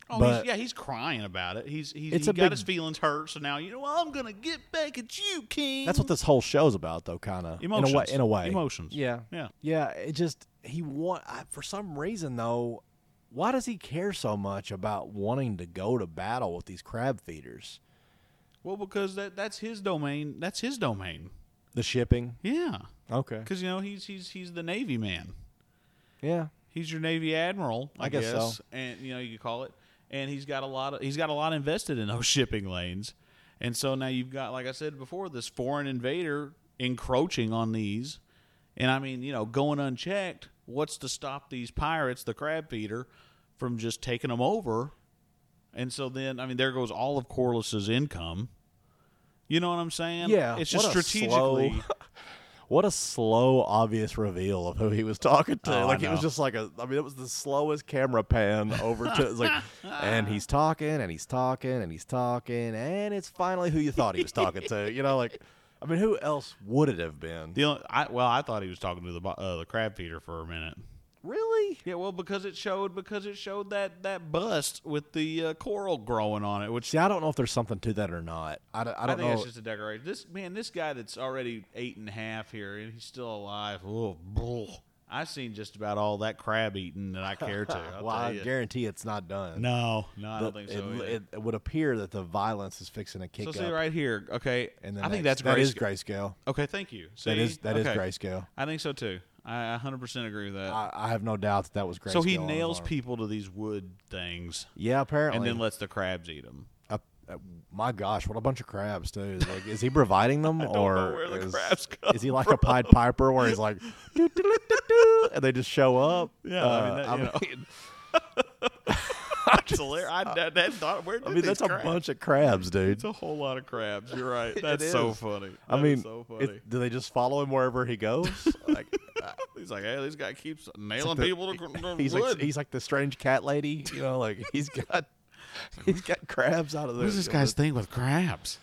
Speaker 1: Oh,
Speaker 2: But-
Speaker 1: he's, yeah, he's crying about it. He's he's
Speaker 2: It's
Speaker 1: he
Speaker 2: a
Speaker 1: got
Speaker 2: big-
Speaker 1: his feelings hurt. So now you know I'm gonna get back at you, King.
Speaker 2: That's what this whole show's about, though. Kind of in a way.
Speaker 1: Emotions.
Speaker 2: In a way,
Speaker 1: Emotions.
Speaker 2: Yeah,
Speaker 1: yeah.
Speaker 2: Yeah, it just he want I, for some reason though. Why does he care so much about wanting to go to battle with these crab feeders?
Speaker 1: Well, because that that's his domain. That's his domain.
Speaker 2: The shipping.
Speaker 1: Yeah,
Speaker 2: Okay.
Speaker 1: because you know he's he's he's the Navy man.
Speaker 2: Yeah.
Speaker 1: he's your Navy admiral, I,
Speaker 2: I guess
Speaker 1: guess,
Speaker 2: so.
Speaker 1: and you know you could call it. And he's got a lot of he's got a lot invested in those shipping lanes, and so now you've got, like I said before, this foreign invader encroaching on these, and I mean you know going unchecked. What's to stop these pirates, the crab feeder, from just taking them over? And so then, I mean, there goes all of Corliss's income. You know what I'm saying?
Speaker 2: Yeah,
Speaker 1: It's just
Speaker 2: what a
Speaker 1: strategically.
Speaker 2: slow- What a slow, obvious reveal of who he was talking to.
Speaker 1: Oh, I
Speaker 2: like it was
Speaker 1: know.
Speaker 2: just like a. I mean, it was the slowest camera pan over to. It's like, and he's talking, and he's talking, and he's talking, and it's finally who you thought he was talking to. You know, like, I mean, who else would it have been?
Speaker 1: the only, I, well, I thought he was talking to the bo- uh, the crab feeder for a minute.
Speaker 2: Really?
Speaker 1: Yeah, well, because it showed because it showed that that bust with the uh, coral growing on it, which
Speaker 2: See, I don't know if there's something to that or not. I, d- I
Speaker 1: I,
Speaker 2: don't
Speaker 1: think
Speaker 2: know.
Speaker 1: it's just a decoration. This man, this guy that's already eight and a half here, and he's still alive. Oh, bull. I've seen just about all that crab eating that I care to. I'll
Speaker 2: well, I
Speaker 1: tell you.
Speaker 2: guarantee it's not done.
Speaker 1: no, no, I
Speaker 2: The-
Speaker 1: don't think so.
Speaker 2: It,
Speaker 1: either.
Speaker 2: it, it would appear that the violence is fixing to kick
Speaker 1: so
Speaker 2: up.
Speaker 1: see right here, okay.
Speaker 2: and
Speaker 1: I think that's
Speaker 2: that
Speaker 1: grayscale.
Speaker 2: is grayscale.
Speaker 1: Okay, thank you. See?
Speaker 2: That is that is
Speaker 1: okay.
Speaker 2: grayscale.
Speaker 1: I think so too. I 100 percent agree with that.
Speaker 2: I, I have no doubt that that was grayscale.
Speaker 1: so he
Speaker 2: on his
Speaker 1: nails
Speaker 2: arm.
Speaker 1: people to these wood things,
Speaker 2: Yeah, apparently.
Speaker 1: and then lets the crabs eat them.
Speaker 2: Uh, uh, my gosh, what a bunch of crabs too! It's Like, is he providing them, or
Speaker 1: where the
Speaker 2: is,
Speaker 1: crabs come
Speaker 2: is he like a Pied Piper, where he's like, "Doo, doo, doo, doo, doo," and they just show up?
Speaker 1: Yeah, I mean, that,
Speaker 2: Uh,
Speaker 1: you know. that's hilarious. I, that, that thought, where did
Speaker 2: I mean,
Speaker 1: these
Speaker 2: that's a
Speaker 1: crabs-
Speaker 2: bunch of crabs, dude.
Speaker 1: It's a whole lot of crabs. You're right. That's so
Speaker 2: is.
Speaker 1: funny.
Speaker 2: I
Speaker 1: That
Speaker 2: mean,
Speaker 1: is so
Speaker 2: it-
Speaker 1: funny.
Speaker 2: do they just follow him wherever he goes? like,
Speaker 1: he's like, hey, this guy keeps nailing
Speaker 2: the-
Speaker 1: people to, gr- to
Speaker 2: he's
Speaker 1: wood.
Speaker 2: like he's like the strange cat lady, you know, like he's got he's got crabs out of the.
Speaker 1: What's this guy's thing with crabs?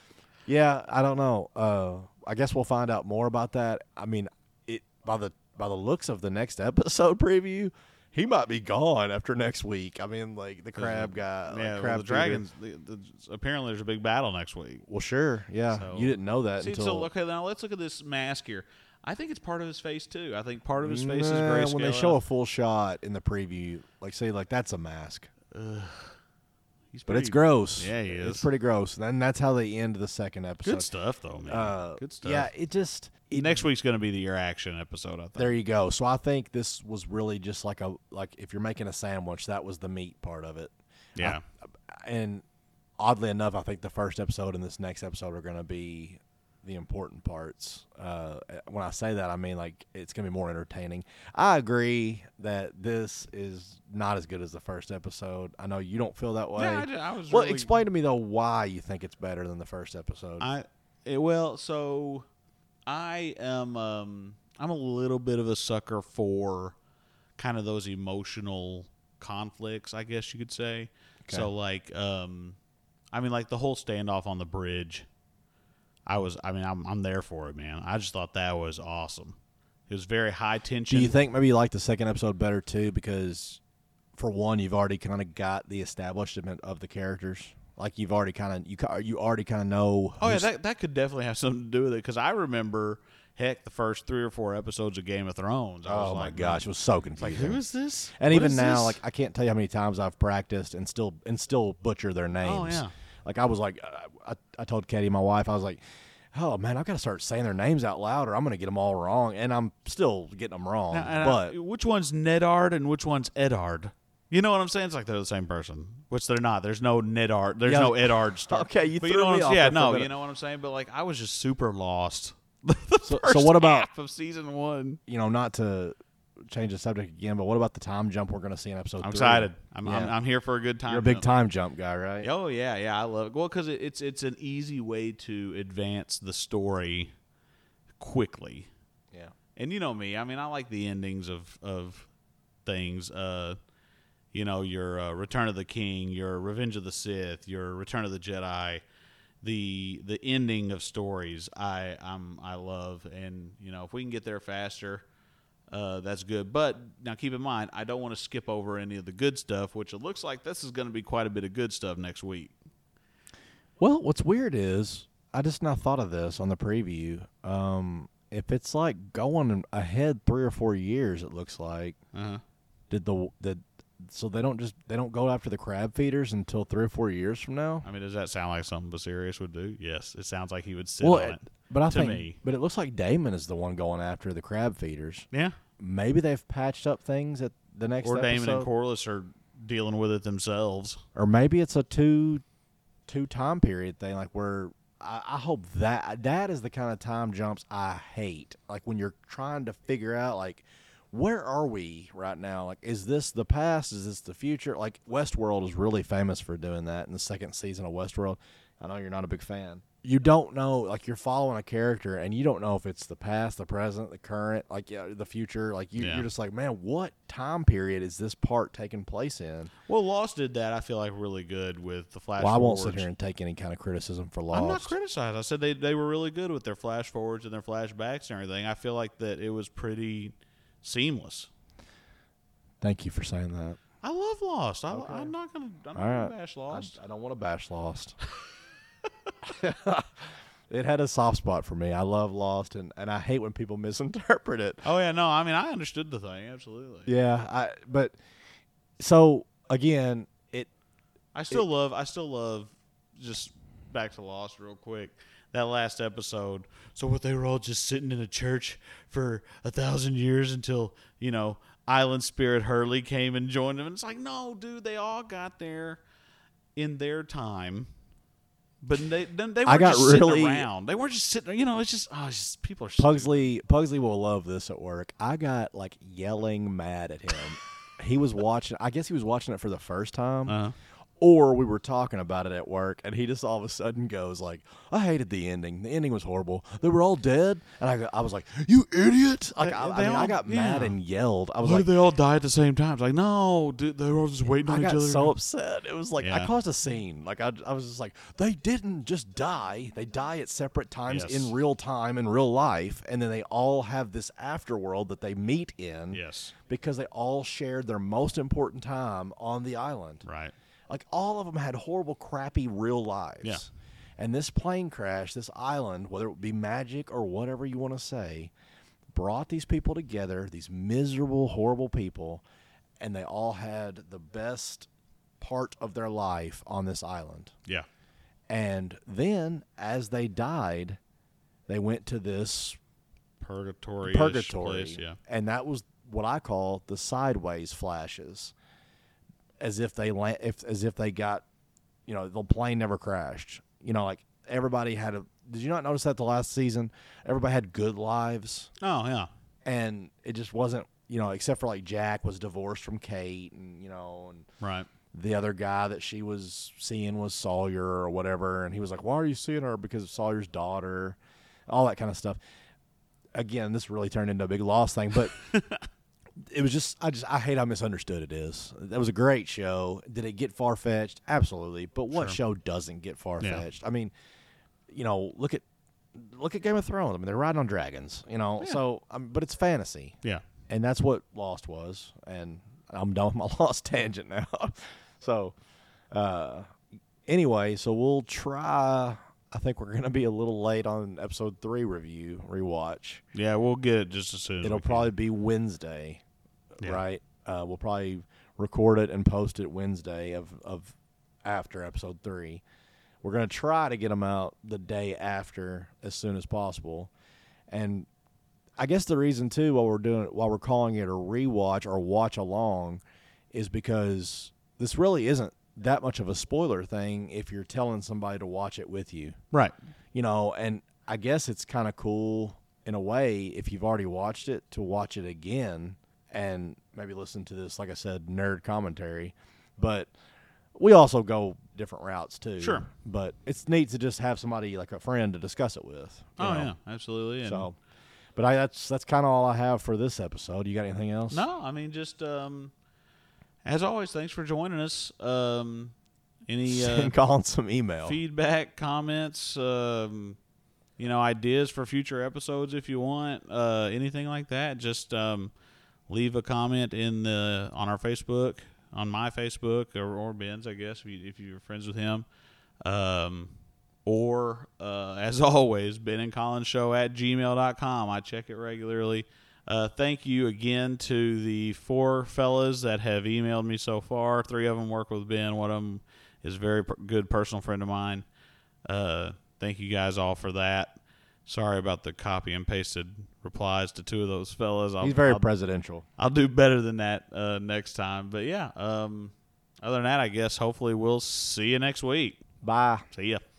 Speaker 2: Yeah, I don't know. Uh, I guess we'll find out more about that. I mean, it by the by the looks of the next episode preview, he might be gone after next week. I mean, like the crab guy, like,
Speaker 1: Mm-hmm. Yeah, well,
Speaker 2: crab
Speaker 1: the
Speaker 2: feeder.
Speaker 1: dragons. The, the, apparently, there's a big battle next week.
Speaker 2: Well, sure, yeah.
Speaker 1: So-
Speaker 2: you didn't know that
Speaker 1: See,
Speaker 2: until
Speaker 1: so okay, now let's look at this mask here. I think it's part of his face too. I think part of his face
Speaker 2: Nah,
Speaker 1: is grayscale.
Speaker 2: when they show a full shot in the preview. Like say, like that's a mask.
Speaker 1: He's
Speaker 2: But it's
Speaker 1: pretty-
Speaker 2: gross.
Speaker 1: Yeah, he
Speaker 2: It's
Speaker 1: is.
Speaker 2: pretty gross. And that's how they end the second episode.
Speaker 1: Good stuff, though, man.
Speaker 2: Uh,
Speaker 1: Good stuff.
Speaker 2: Yeah, it just it,
Speaker 1: Next week's going to be the your action episode, I think.
Speaker 2: There you go. So I think this was really just like a like if you're making a sandwich, that was the meat part of it.
Speaker 1: yeah.
Speaker 2: And oddly enough, I think the first episode and this next episode are going to be the important parts. Uh, when I say that, I mean like it's going to be more entertaining. I agree that this is not as good as the first episode. I know you don't feel that way.
Speaker 1: yeah, I, ju- I was
Speaker 2: well,
Speaker 1: really-
Speaker 2: explain to me though why you think it's better than the first episode.
Speaker 1: I eh, well, so I am um I'm a little bit of a sucker for kind of those emotional conflicts, I guess you could say.
Speaker 2: Okay.
Speaker 1: So like um I mean like the whole standoff on the bridge. I was I mean I'm I'm there for it, man. I just thought that was awesome. It was very high tension.
Speaker 2: Do you think maybe you like the second episode better too? Because for one, you've already kind of got the establishment of the characters. Like you've already kind of you ca- you already kind of know.
Speaker 1: Oh yeah,
Speaker 2: who's-
Speaker 1: that that could definitely have something to do with it because I remember, heck, the first three or four episodes of Game of Thrones. I was
Speaker 2: oh my
Speaker 1: like,
Speaker 2: gosh, it was so
Speaker 1: like who
Speaker 2: confusing.
Speaker 1: is this?
Speaker 2: And
Speaker 1: What
Speaker 2: even
Speaker 1: is
Speaker 2: now,
Speaker 1: this?
Speaker 2: like I can't tell you how many times I've practiced and still and still butcher their names.
Speaker 1: Oh, yeah.
Speaker 2: Like I was like, uh, I, I told Katie, my wife, I was like, oh man, I've got to start saying their names out loud, or I'm gonna get them all wrong, and I'm still getting them wrong.
Speaker 1: Now, and
Speaker 2: but
Speaker 1: I- which one's Nedard and which one's Edard? You know what I'm saying? It's like they're the same person, which they're not. There's no Nedard. There's
Speaker 2: Yeah.
Speaker 1: no Edard stuff.
Speaker 2: Okay, you
Speaker 1: but
Speaker 2: threw
Speaker 1: know what
Speaker 2: me
Speaker 1: I'm-
Speaker 2: off
Speaker 1: Yeah,
Speaker 2: there for a
Speaker 1: no,
Speaker 2: minute.
Speaker 1: you know what I'm saying. But like, I was just super lost.
Speaker 2: so,
Speaker 1: First
Speaker 2: so what about
Speaker 1: half of season one?
Speaker 2: you know, not to change the subject again, but what about the time jump we're going to see in episode?
Speaker 1: I'm
Speaker 2: three?
Speaker 1: excited. I'm, I'm
Speaker 2: Yeah.
Speaker 1: I'm here for a good time.
Speaker 2: You're a big
Speaker 1: though.
Speaker 2: time jump guy, right?
Speaker 1: Oh yeah, yeah, I love it. Well, because it, it's it's an easy way to advance the story quickly.
Speaker 2: Yeah.
Speaker 1: And you know me, I mean, I like the endings of of things. Uh, you know, your uh, Return of the King, your Revenge of the Sith, your Return of the Jedi, the the ending of stories. I I'm, I love, and you know, if we can get there faster, uh, that's good. But now keep in mind, I don't want to skip over any of the good stuff, which it looks like this is going to be quite a bit of good stuff next week.
Speaker 2: Well, what's weird is I just now thought of this on the preview. Um, if it's like going ahead three or four years, it looks like
Speaker 1: Uh-huh.
Speaker 2: did the the so they don't just they don't go after the crab feeders until three or four years from now.
Speaker 1: I mean, does that sound like something Basirius would do? Yes, it sounds like he would sit
Speaker 2: Well,
Speaker 1: on it.
Speaker 2: but I
Speaker 1: to
Speaker 2: think
Speaker 1: me.
Speaker 2: but it looks like Damon is the one going after the crab feeders.
Speaker 1: Yeah.
Speaker 2: Maybe they've patched up things at the next
Speaker 1: or Damon
Speaker 2: episode.
Speaker 1: and Corliss are dealing with it themselves.
Speaker 2: or maybe it's a two two time period thing like where I, I hope that that is the kind of time jumps i hate like when you're trying to figure out like where are we right now like is this the past is this the future like westworld is really famous for doing that in the second season of westworld i know you're not a big fan you don't know like you're following a character and you don't know if it's the past the present the current like yeah, the future like you,
Speaker 1: Yeah.
Speaker 2: you're just like man what time period is this part taking place in
Speaker 1: Well, Lost did that. I feel like really good with the flash.
Speaker 2: well, I won't sit
Speaker 1: forwards.
Speaker 2: here and take any kind of criticism for
Speaker 1: I'm not
Speaker 2: Lost.
Speaker 1: criticized. I said they they were really good with their flash forwards and their flashbacks and everything. I feel like that it was pretty seamless.
Speaker 2: Thank you for saying that.
Speaker 1: I love Lost. I, I'm not gonna. I'm not
Speaker 2: All
Speaker 1: gonna
Speaker 2: right.
Speaker 1: bash
Speaker 2: I,
Speaker 1: Lost.
Speaker 2: I don't want to bash Lost. it had a soft spot for me. I love Lost, and, and I hate when people misinterpret it.
Speaker 1: oh yeah, no. I mean, I understood the thing absolutely.
Speaker 2: Yeah, I but so again, it
Speaker 1: I still love. I still love. Just back to Lost real quick. That last episode. So what they were all just sitting in a church for a thousand years until you know Island Spirit Hurley came and joined them. And it's like, no, dude, they all got there in their time. But they then they were
Speaker 2: I got
Speaker 1: just sitting
Speaker 2: really-
Speaker 1: around. They weren't just sitting. You know, it's just oh, it's just people are. stupid.
Speaker 2: Pugsley Pugsley will love this at work. I got like yelling mad at him. he was watching. I guess he was watching it for the first time.
Speaker 1: Uh-huh.
Speaker 2: or we were talking about it at work and he just all of a sudden goes like i hated the ending the ending was horrible they were all dead and i, go- I was like you idiot like I, I
Speaker 1: They- they
Speaker 2: mean i
Speaker 1: all-
Speaker 2: got mad
Speaker 1: yeah.
Speaker 2: and yelled i was
Speaker 1: Why
Speaker 2: like
Speaker 1: did they all die at the same time? It's like no, dude, they were all just waiting
Speaker 2: I
Speaker 1: on each
Speaker 2: got
Speaker 1: other.
Speaker 2: so upset. It was like I
Speaker 1: Yeah.
Speaker 2: caused a scene. Like I, I was just like, they didn't just die. They die at separate times
Speaker 1: Yes.
Speaker 2: in real time in real life, and then they all have this afterworld that they meet in
Speaker 1: yes,
Speaker 2: because they all shared their most important time on the island.
Speaker 1: right.
Speaker 2: Like all of them had horrible, crappy real lives.
Speaker 1: Yeah.
Speaker 2: And this plane crash, this island, whether it be magic or whatever you want to say, brought these people together, these miserable, horrible people, and they all had the best part of their life on this island.
Speaker 1: Yeah.
Speaker 2: And then as they died, they went to this
Speaker 1: Purgatory.
Speaker 2: purgatory.
Speaker 1: Place, yeah.
Speaker 2: And that was what I call the sideways flashes. As if they land, if as if they got, you know, the plane never crashed. You know, like everybody had a. Did you not notice that the last season? Everybody had good lives,
Speaker 1: Oh yeah.
Speaker 2: and it just wasn't. You know, except for like Jack was divorced from Kate, and you know, and
Speaker 1: Right.
Speaker 2: the other guy that she was seeing was Sawyer or whatever, and he was like, "Why are you seeing her? Because of Sawyer's daughter, all that kind of stuff." Again, this really turned into a big loss thing, but it was just I just I hate how misunderstood it is. That was a great show. Did it get far fetched? Absolutely, but what
Speaker 1: Sure.
Speaker 2: show doesn't get far fetched? I mean, you know, look at look at Game of Thrones. I mean, they're riding on dragons, you know.
Speaker 1: Yeah.
Speaker 2: So, um, but it's fantasy
Speaker 1: Yeah.
Speaker 2: and that's what Lost was. And I'm done with my Lost tangent now. so, uh, anyway, so we'll try. I think we're gonna be a little late on episode three review rewatch.
Speaker 1: Yeah. We'll get it just as soon. as
Speaker 2: It'll
Speaker 1: we can.
Speaker 2: probably be Wednesday,
Speaker 1: Yeah.
Speaker 2: right? Uh, we'll probably record it and post it Wednesday of of after episode three. We're gonna try to get them out the day after as soon as possible, and I guess the reason too while we're doing it, while we're calling it a rewatch or watch along, is because this really isn't that much of a spoiler thing if you're telling somebody to watch it with you
Speaker 1: Right.
Speaker 2: you know and i guess it's kind of cool in a way if you've already watched it to watch it again and maybe listen to this like i said nerd commentary but we also go different routes too
Speaker 1: Sure.
Speaker 2: but it's neat to just have somebody like a friend to discuss it with you
Speaker 1: Oh
Speaker 2: know?
Speaker 1: yeah. Absolutely. And
Speaker 2: so but i that's that's kind of all i have for this episode you got anything else
Speaker 1: No, I mean just um, as always, thanks for joining us. Um, any uh,
Speaker 2: Send Colin some email
Speaker 1: feedback, comments, um, you know, ideas for future episodes if you want, uh, anything like that, just um, leave a comment in the on our Facebook, on my Facebook or, or Ben's, I guess, if, you, if you're friends with him. Um, or uh, as always, Ben and Colin Show at gmail.com. I check it regularly. Uh, thank you again to the four fellas that have emailed me so far. Three of them work with Ben. One of them is a very per- good personal friend of mine. Uh, thank you guys all for that. Sorry about the copy and pasted replies to two of those fellas. I'll,
Speaker 2: he's very
Speaker 1: I'll,
Speaker 2: presidential
Speaker 1: I'll do better than that uh, next time. But yeah, um, other than that, I guess hopefully we'll see you next week.
Speaker 2: bye
Speaker 1: See ya.